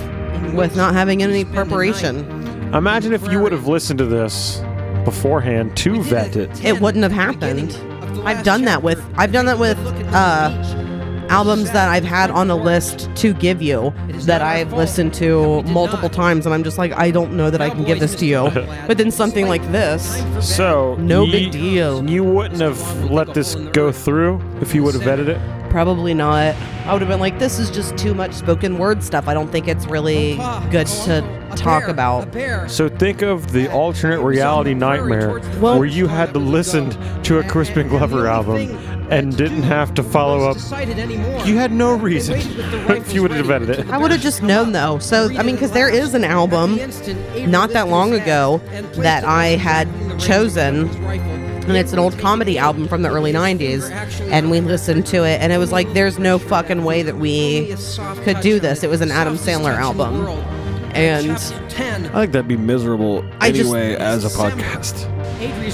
with not having any preparation. Imagine if you would have listened to this beforehand to vet it. It wouldn't have happened. I've done that with I've done that with uh, albums that I've had on a list to give you that I've listened to multiple times, and I'm just like, I don't know that I can give this to [laughs] you. [laughs] But then something like this, So No ye- big deal. You wouldn't have let this go through if you would have vetted it. probably not. I would have been like, this is just too much spoken word stuff. I don't think it's really good to talk about. So think of the alternate reality nightmare where you had to listen to a Crispin Glover album and didn't have to follow up. Decided anymore. You had no reason [laughs] if you would have vetted it. I would have just known though. So I mean, because there is an album not that long ago that I had chosen, and it's an old comedy album from the early '90s, and we listened to it, and it was like, there's no fucking way that we could do this. It was an Adam Sandler album, and I think that'd be miserable I just- anyway as a podcast.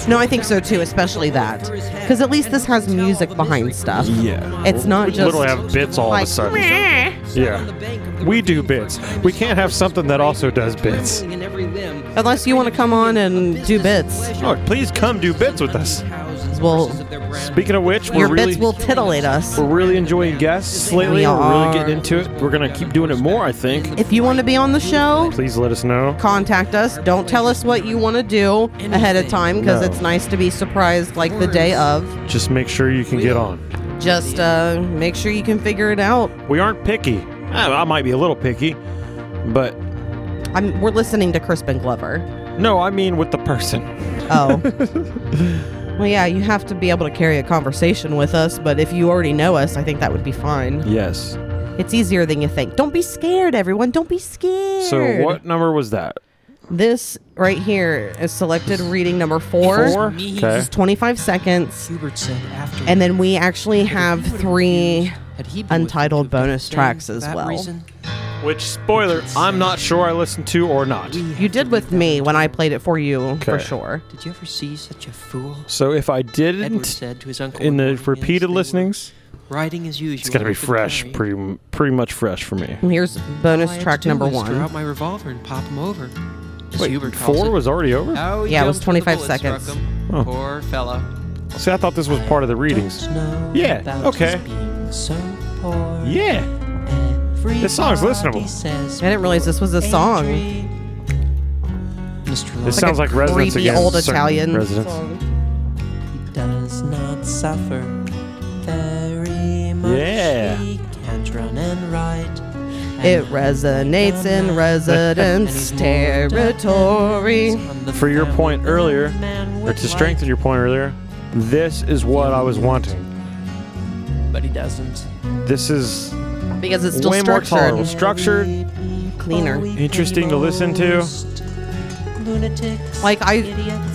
no, I think so too, especially that, because at least this has music behind stuff. Yeah, it's not we just literally have bits all of like, a sudden. Yeah, we do bits. We can't have something that also does bits. Unless you want to come on and do bits, Oh, please come do bits with us. well, Speaking of which, we're your really bits will titillate us. we're really enjoying guests lately. We We're really are. getting into it. We're gonna keep doing it more, I think. If you want to be on the show, Please let us know. contact us. Don't tell us what you want to do ahead of time because No. it's nice to be surprised like the day of. Just make sure you can get on. Just uh, make sure you can figure it out. We aren't picky. Ah, I, I might be a little picky, but I'm, we're listening to Crispin Glover. No, I mean with the person. [laughs] Oh. well, yeah, you have to be able to carry a conversation with us, but if you already know us, I think that would be fine. Yes. It's easier than you think. Don't be scared, everyone. Don't be scared. So what number was that? This right here is selected reading number four. Four? This Okay. is 25 seconds. Hubert said after. And then we actually have three he been untitled bonus tracks for as that well. reason? Which spoiler, I'm not sure I listened to or not. You did with me when I played it for you, for Okay. sure. Did you ever see such a fool? So if I didn't Edward said to his uncle in one the morning repeated as they were listenings, Riding as usual. it's gonna be with the fresh, diary. pretty pretty much fresh for me. Here's All bonus I had track to do number was Draw one. out my revolver and pop him over. As Wait, Hubert calls four it. was already over? How he Yeah, it was jumped when the 25 bullet struck seconds. him. Oh. Poor fella. See, I thought this was part of the readings. Yeah. Okay. Yeah. This song's listenable. I didn't realize this was a song. This sounds like Residence creepy Against old Certain Italian Residents. song. Does not suffer very much. Yeah. He can't run and ride. It resonates in residence territory. For your point earlier, or to strengthen your point earlier, this is what I was wanting. But he doesn't. This is Because it's still way more tolerable, structured, structured, cleaner. interesting to listen to. Like I,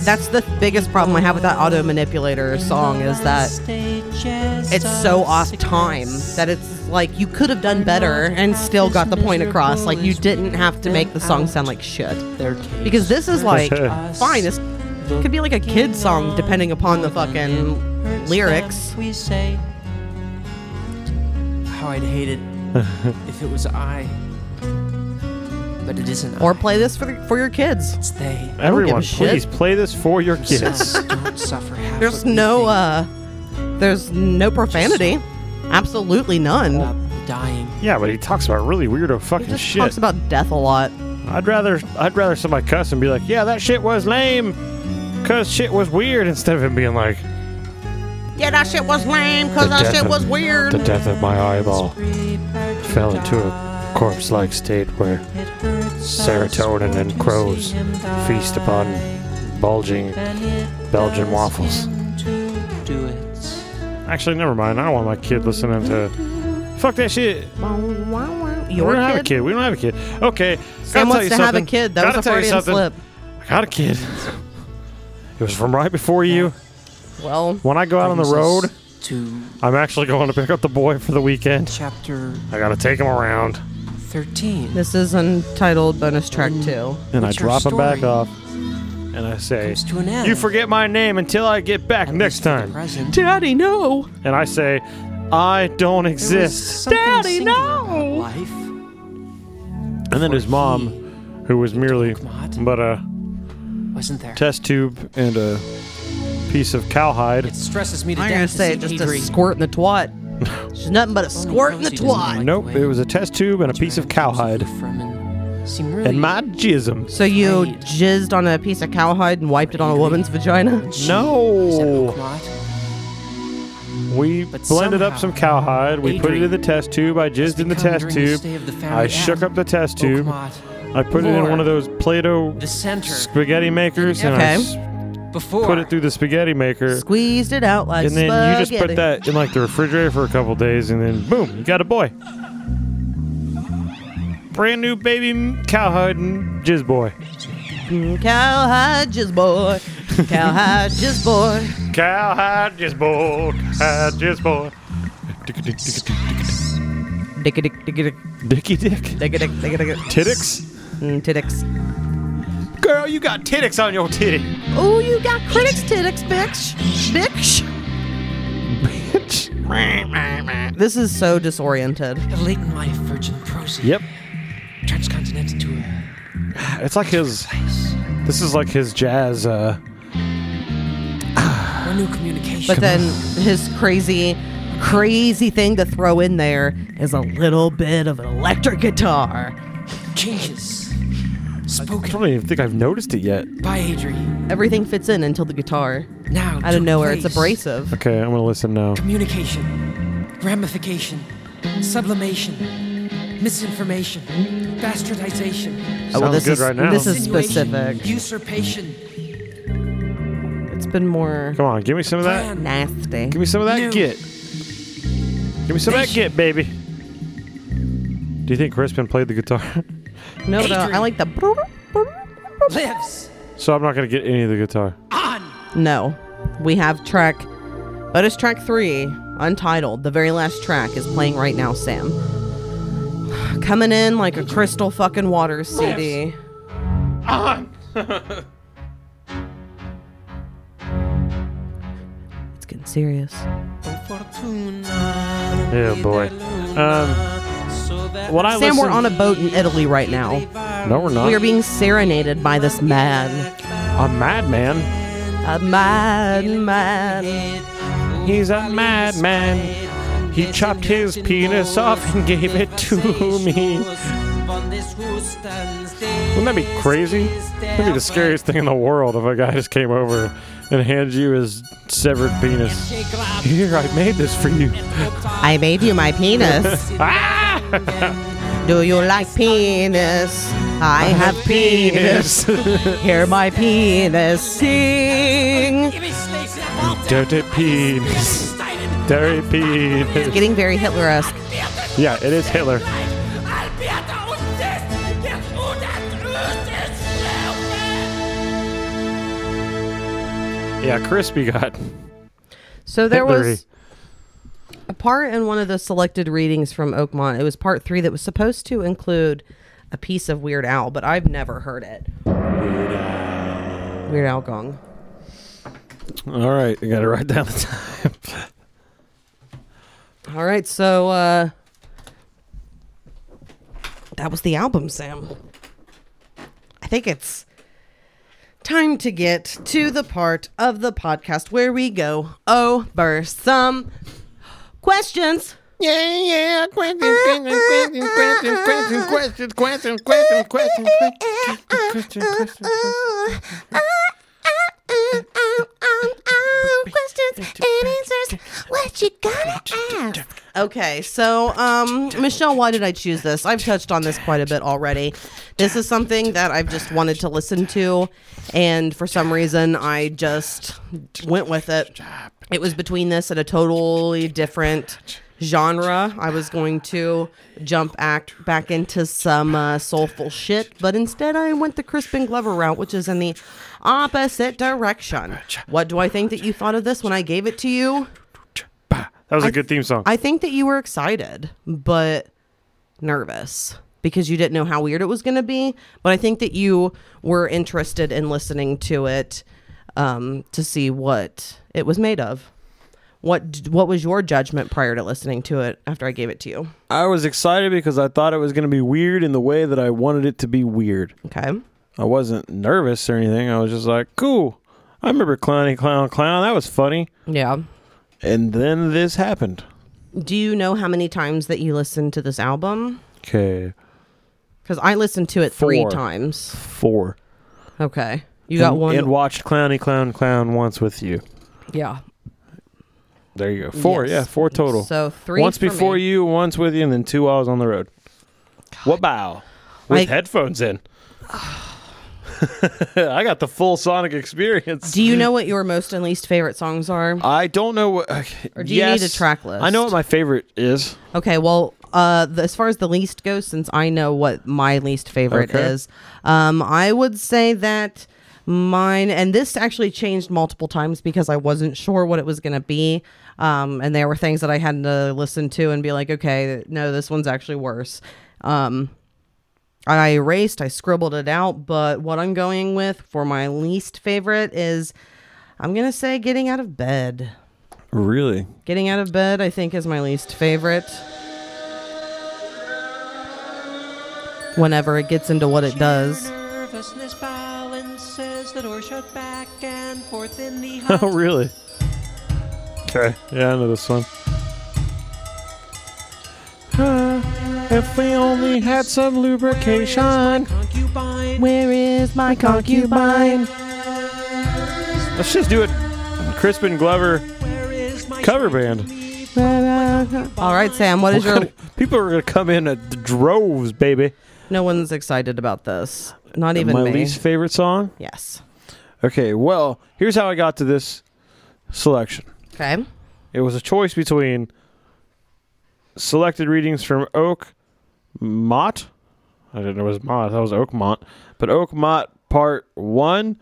that's the biggest problem I have with that auto manipulator song is that it's so off time that it's like you could have done better and still got the point across. Like you didn't have to make the song sound like shit. Because this [laughs] is like fine. This could be like a kid song depending upon the fucking lyrics. We say how I'd [laughs] hate it if it was I. But it isn't Or I. play this for for your kids. It's they. I don't give a Everyone, shit. please play this for your kids. Themselves don't suffer half There's what we no uh, there's no profanity. Absolutely none. think. dying. yeah, but he talks about really weirdo fucking Just shit. talks about death a lot. I'd rather I'd rather somebody cuss and be like, "Yeah, that shit was lame," cause shit was weird, instead of him being like, Yeah, that shit was lame because that shit was weird. The death of my eyeball fell into a corpse like state where serotonin and crows feast upon bulging Belgian waffles. Do it. Actually, never mind. I don't want my kid listening to. Fuck that shit. Your we don't have a kid? kid. We don't have a kid. Okay. gotta Sam wants tell you to have a something. kid. That Gotta was a tell you Freudian something. slip. I got a kid. [laughs] It was from right before you. Well, When I go out on the brings road, us to I'm actually going to pick up the boy for the weekend. chapter I gotta take him around. 13. this is untitled bonus track Mm. two. And I Which our drop him back story off. And I say, comes to an end. You forget my name until I get back next time. Present. Daddy, no. And I say, I don't There was exist. something Daddy, singular no! about Life. And then his mom, who was merely Not. but a Wasn't there? test tube and a piece of cowhide. It stresses me to I'm death gonna to say see just a Adri. squirt in [laughs] the twat. She's nothing but a squirt in the Rosie doesn't twat. like- Nope, it was a test tube and a piece of cowhide. From and seem really And my jism. So you Right. jizzed on a piece of cowhide and wiped it on a woman's vagina? No! Not. We But blended up some somehow, cowhide. We put it in the Adrian test tube. I jizzed in the become test during the tube. stay of the family I shook app, up the test tube. Oakmont, I put it in Lord, one of those Play-Doh The center. spaghetti makers, and I Okay. s- Before. put it through the spaghetti maker. Squeezed it out like and then you just put spaghetti. that in like the refrigerator for a couple days, and then boom, you got a boy. Brand new baby m- cowhide and jizz boy. Cowhide jizz boy. Cowhide jizz boy. Cowhide jizz boy. Cowhide jizz boy. Dicka dick dicka dick Dicky dick. dicka dick dicka dick. Tittix. Mm, Tiddix. Girl, you got tittix on your titty. Oh, you got critics tiddix, bitch. Bitch. [laughs] Bitch. This is so disoriented. The late in life virgin proceed. Yep. Transcontinental tour. It's like his. This is like his jazz. Uh, No new communication. But then his crazy, crazy thing to throw in there is a little bit of an electric guitar. changes. I Spoken don't even think I've noticed it yet. by Adri. Everything fits in until the guitar. Now. Out of took nowhere, it's place. abrasive. Okay, I'm gonna listen now. Communication. Ramification. Sublimation. misinformation, bastardization. Oh, well, Sounds this good is- right now. this is insinuation, specific. Usurpation. It's been more. Come on, give me some of that. Nasty. Give me some of that New. git. Give me some of that git, baby. Do you think Crispin played the guitar? [laughs] No, but I like the. Lives. so I'm not gonna get any of the guitar. No. We have track. But it's track three, Untitled. The very last track is playing right now, Sam. [sighs] Coming in like a crystal fucking water CD. On. It's getting serious. Yeah, boy. Um, what I Sam, we're on listened- a boat in Italy right now. No, we're not. We are being serenaded by this man. a madman. A madman. He's a madman. He chopped his penis off and gave it to me. Wouldn't that be crazy? That'd be the scariest thing in the world if a guy just came over and handed you his severed penis. Here, I made this for you. I made you my penis. Ah! Do you like penis? I have penis. Hear my penis sing. [laughs] Dirty penis. Dirty It's penis. getting very Hitler esque. Yeah, it is Hitler. Yeah, Crispy got. So there Hitlery. was a part in one of the selected readings from Oakmont. It was part three that was supposed to include a piece of Weird Al, but I've never heard it. Weird Al Gong. All right, I gotta write down the time. All right, so uh, that was the album, Sam. I think it's time to get to the part of the podcast where we go over some questions. Yeah, yeah. Questions, questions, questions, questions, questions, questions, questions, questions, questions, questions, questions, questions and answers. What you gonna ask? Okay, so um, Michelle, why did I choose this? I've touched on this quite a bit already. This is something that I've just wanted to listen to, and for some reason, I just went with it. It was between this and a totally different genre. I was going to jump act back into some uh, soulful shit, but instead, I went the Crispin Glover route, which is in the opposite direction. What do I think that you thought of this when I gave it to you? That was a I- good theme song. I think that you were excited, but nervous because you didn't know how weird it was going to be. But I think that you were interested in listening to it um, to see what it was made of. What d- what was your judgment prior to listening to it after I gave it to you? I was excited because I thought it was going to be weird in the way that I wanted it to be weird. Okay. I wasn't nervous or anything. I was just like, cool. I remember Clowny Clown Clown. That was funny. Yeah. And then this happened. Do you know how many times that you listened to this album? Okay. Because I listened to it three Four. times. Four. Okay. You got And- one. And watched Clowny Clown Clown once with you. yeah. There you go. Four. Yes. Yeah, four total. So three Once for before me. you, once with you, and then two while I was on the road. What bow? With I- headphones in. [sighs] I got the full sonic experience. Do you know what your most and least favorite songs are? I don't know what. Or do you need a track I know list? what my favorite is. Okay, well, uh, th- as far as the least goes, since I know what my least favorite Okay. is, um, I would say that mine, and this actually changed multiple times because I wasn't sure what it was going to be. Um, and there were things that I had to listen to and be like, okay, no, this one's actually worse. Um, I erased, I scribbled it out, but what I'm going with for my least favorite is I'm going to say getting out of bed. Really? Getting out of bed, I think, is my least favorite. Whenever it gets into what it does. Nervousness balances the door shut back and forth in the [laughs] oh, really? Okay. Yeah, I know this one. if we only had some lubrication. Where is my concubine? Let's just do it. Crispin Glover cover band. All right, Sam, what is your [laughs] People are gonna come in at droves, baby. No one's excited about this. Not even Uh, my me. least favorite song. Yes. Okay, well, here's how I got to this selection. Okay. It was a choice between selected readings from Oak Mott. I didn't know it was Mott. That was Oak Mott. But Oak Mott part one,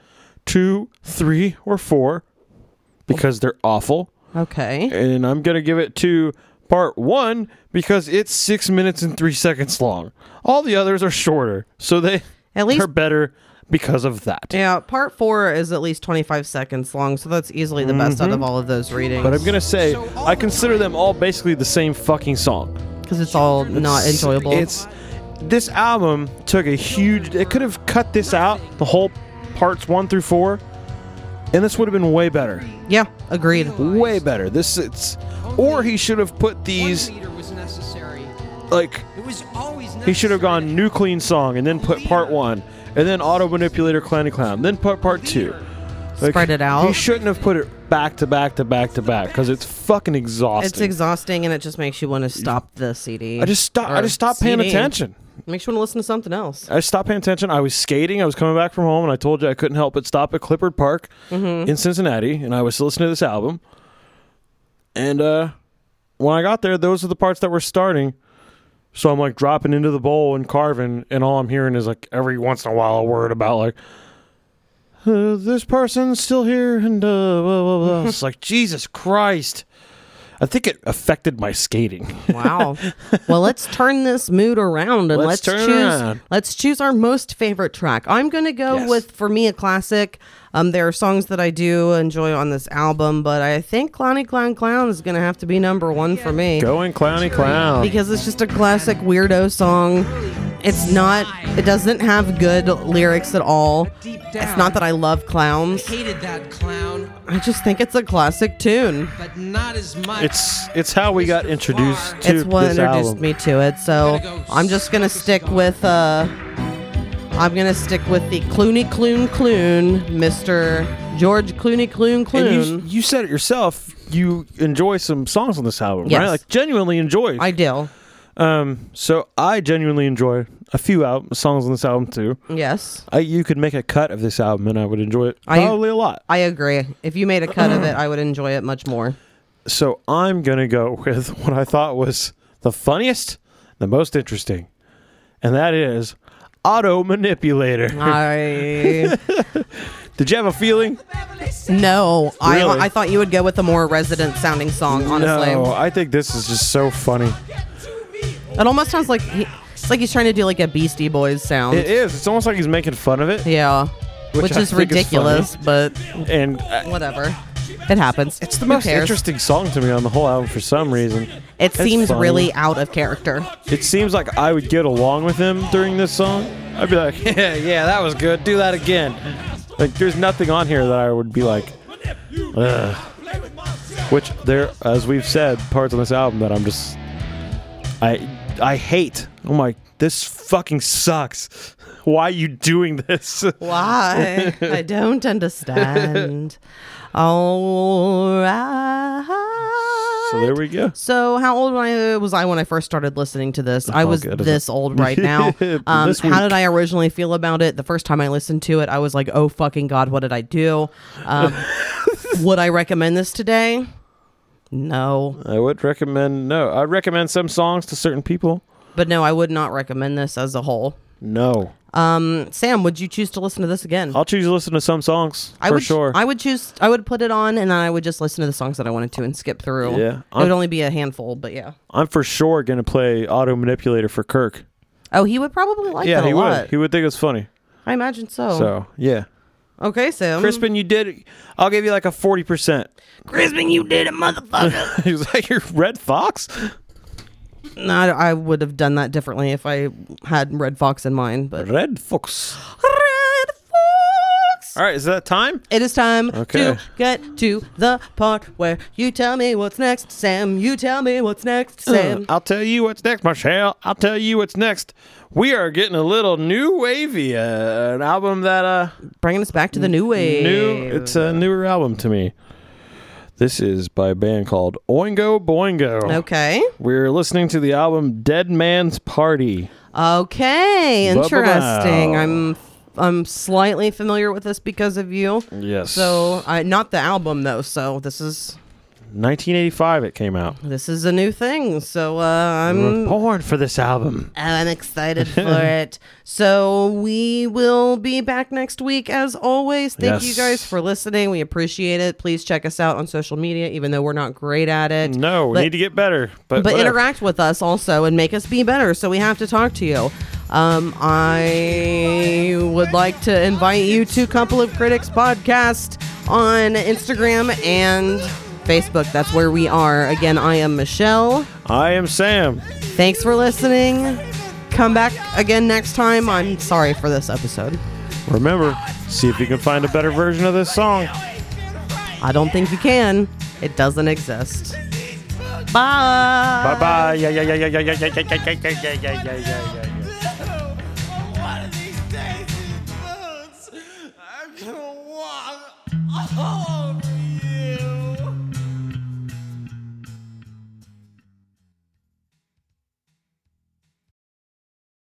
two, three, or four because they're awful. Okay. And I'm going to give it to part one because it's six minutes and three seconds long. All the others are shorter. So they At least- are better because of that. Yeah, part four is at least 25 seconds long, so that's easily the best out of all of those readings. Mm-hmm. But I'm gonna say I consider them all basically the same fucking song. Because it's all not enjoyable. It's this album took a huge. It could have cut this out the whole parts one through four, and this would have been way better. Yeah, agreed. Way better. This it's, or he should have put these was necessary. like It was always he should have gone new clean song and then put part one and then auto manipulator clowny clown then put part two. Spread it out. He shouldn't have put it back to back to back to back because it's fucking exhausting. It's exhausting, and it just makes you want to stop the CD. I just stop- I or just stopped paying CD. attention. Makes you want to listen to something else. I stopped paying attention. I was skating. I was coming back from home, and I told you I couldn't help but stop at Clippard Park Mhm. in Cincinnati, and I was listening to this album. And uh, when I got there, those are the parts that were starting. So I'm like dropping into the bowl and carving, and all I'm hearing is like every once in a while a word about like uh, this person's still here, and uh, blah blah blah. it's like Jesus Christ. I think it affected my skating. Wow. well, let's turn this mood around and Let's let's, turn it choose. around. Let's choose our most favorite track. I'm gonna go Yes. with for me a classic. Um, there are songs that I do enjoy on this album, but I think Clowny Clown Clown is gonna have to be number one for me. Going clowny clown. because it's just a classic weirdo song. It's not. It doesn't have good lyrics at all. It's not that I love clowns. hated that clown, I just think it's a classic tune. but not as much. It's it's how we got introduced to It's what this introduced album. me to it. So I'm just gonna stick with uh, I'm gonna stick with the Clooney Clune Clune, Mister George Clooney Clune And you, Clune. you said it yourself. You enjoy some songs on this album, Yes. right? Like genuinely enjoy. I do. Um, so I genuinely enjoy a few al- songs on this album too. Yes. I, you could make a cut of this album, and I would enjoy it. I- probably a lot. I agree. If you made a cut of it, I would enjoy it [laughs] much more. So I'm gonna go [laughs] with what I thought was the funniest, the most interesting, and that is Auto [laughs] Manipulator. I Did you have a feeling? no, Really? I I thought you would go with a more resident sounding song. Honestly, No, I think this is just so funny. it almost sounds like he, it's like he's trying to do like a Beastie Boys sound. It is. It's almost like he's making fun of it. Yeah, Which which, I is think is ridiculous, but and uh, whatever. It happens. It's the most interesting song to me on the whole album for some reason. It It's seems funny. really out of character. It seems like I would get along with him during this song. I'd be like, [laughs] yeah, yeah, that was good. Do that again. Like, there's nothing on here that I would be like, ugh. Which there, as we've said, parts on this album that I'm just, I, I hate. I'm like, this fucking sucks. [laughs] Why are you doing this? [laughs] Why? I don't understand. All right. So there we go. So how old when I- was I when I first started listening to this? I How was good is this it? [laughs] old right now. Um, This how week. did I originally feel about it? The first time I listened to it, I was like, "Oh fucking god, what did I do?" [laughs] Um, would I recommend this today? No. I would recommend no. I recommend some songs to certain people. But no, I would not recommend this as a whole. No. Um, Sam, would you choose to listen to this again? I'll choose to listen to some songs I for would, sure. I would choose. I would put it on, and then I would just listen to the songs that I wanted to and skip through. Yeah, it I'm- would only be a handful, but yeah. I'm for sure gonna play Auto Manipulator for Kirk. Oh, he would probably like yeah, that a he lot. Oh. would. He would think it's funny. I imagine so. So yeah, Okay, Sam. Crispin, you did. I'll give you like a forty percent. [laughs] Crispin, you did it, motherfucker. he was like, "You're Red Fox." no, I, I would have done that differently if I had Red Fox in mind. But Red Fox. All right, is that time? It is time Okay. to get to the part where you tell me what's next, Sam. You tell me what's next, Sam. I'll tell you what's next, Michelle. I'll tell you what's next. We are getting a little new wavy, uh, an album that uh bringing us back to the new wave. New, it's a newer album to me. This is by a band called Oingo Boingo. Okay. We're listening to the album Dead Man's Party. Okay, Bubba interesting. Bow. I'm I'm slightly familiar with this because of you. Yes. So, I not the album though. So this is 1985 it came out. this is a new thing. So uh, I'm we born for this album. [laughs] I'm excited for it. So we will be back next week as always. Thank you Yes. guys for listening. We appreciate it. Please check us out on social media, even though we're not great at it. No, we But- need to get better. But, but whatever. interact with us also and make us be better. So we have to talk to you. Um, I would like to invite you to Couple of Critics podcast on Instagram and Facebook. That's where we are. Again, I am Michelle. I am Sam. Thanks for listening. Come back again next time. I'm sorry for this episode. Remember, see if you can find a better version of this song. I don't think you can. It doesn't exist. Bye. Bye bye. Yeah, yeah, yeah, yeah, yeah, yeah, yeah, yeah, yeah, yeah, yeah, yeah, yeah, yeah, yeah. One of these days, these boots are gonna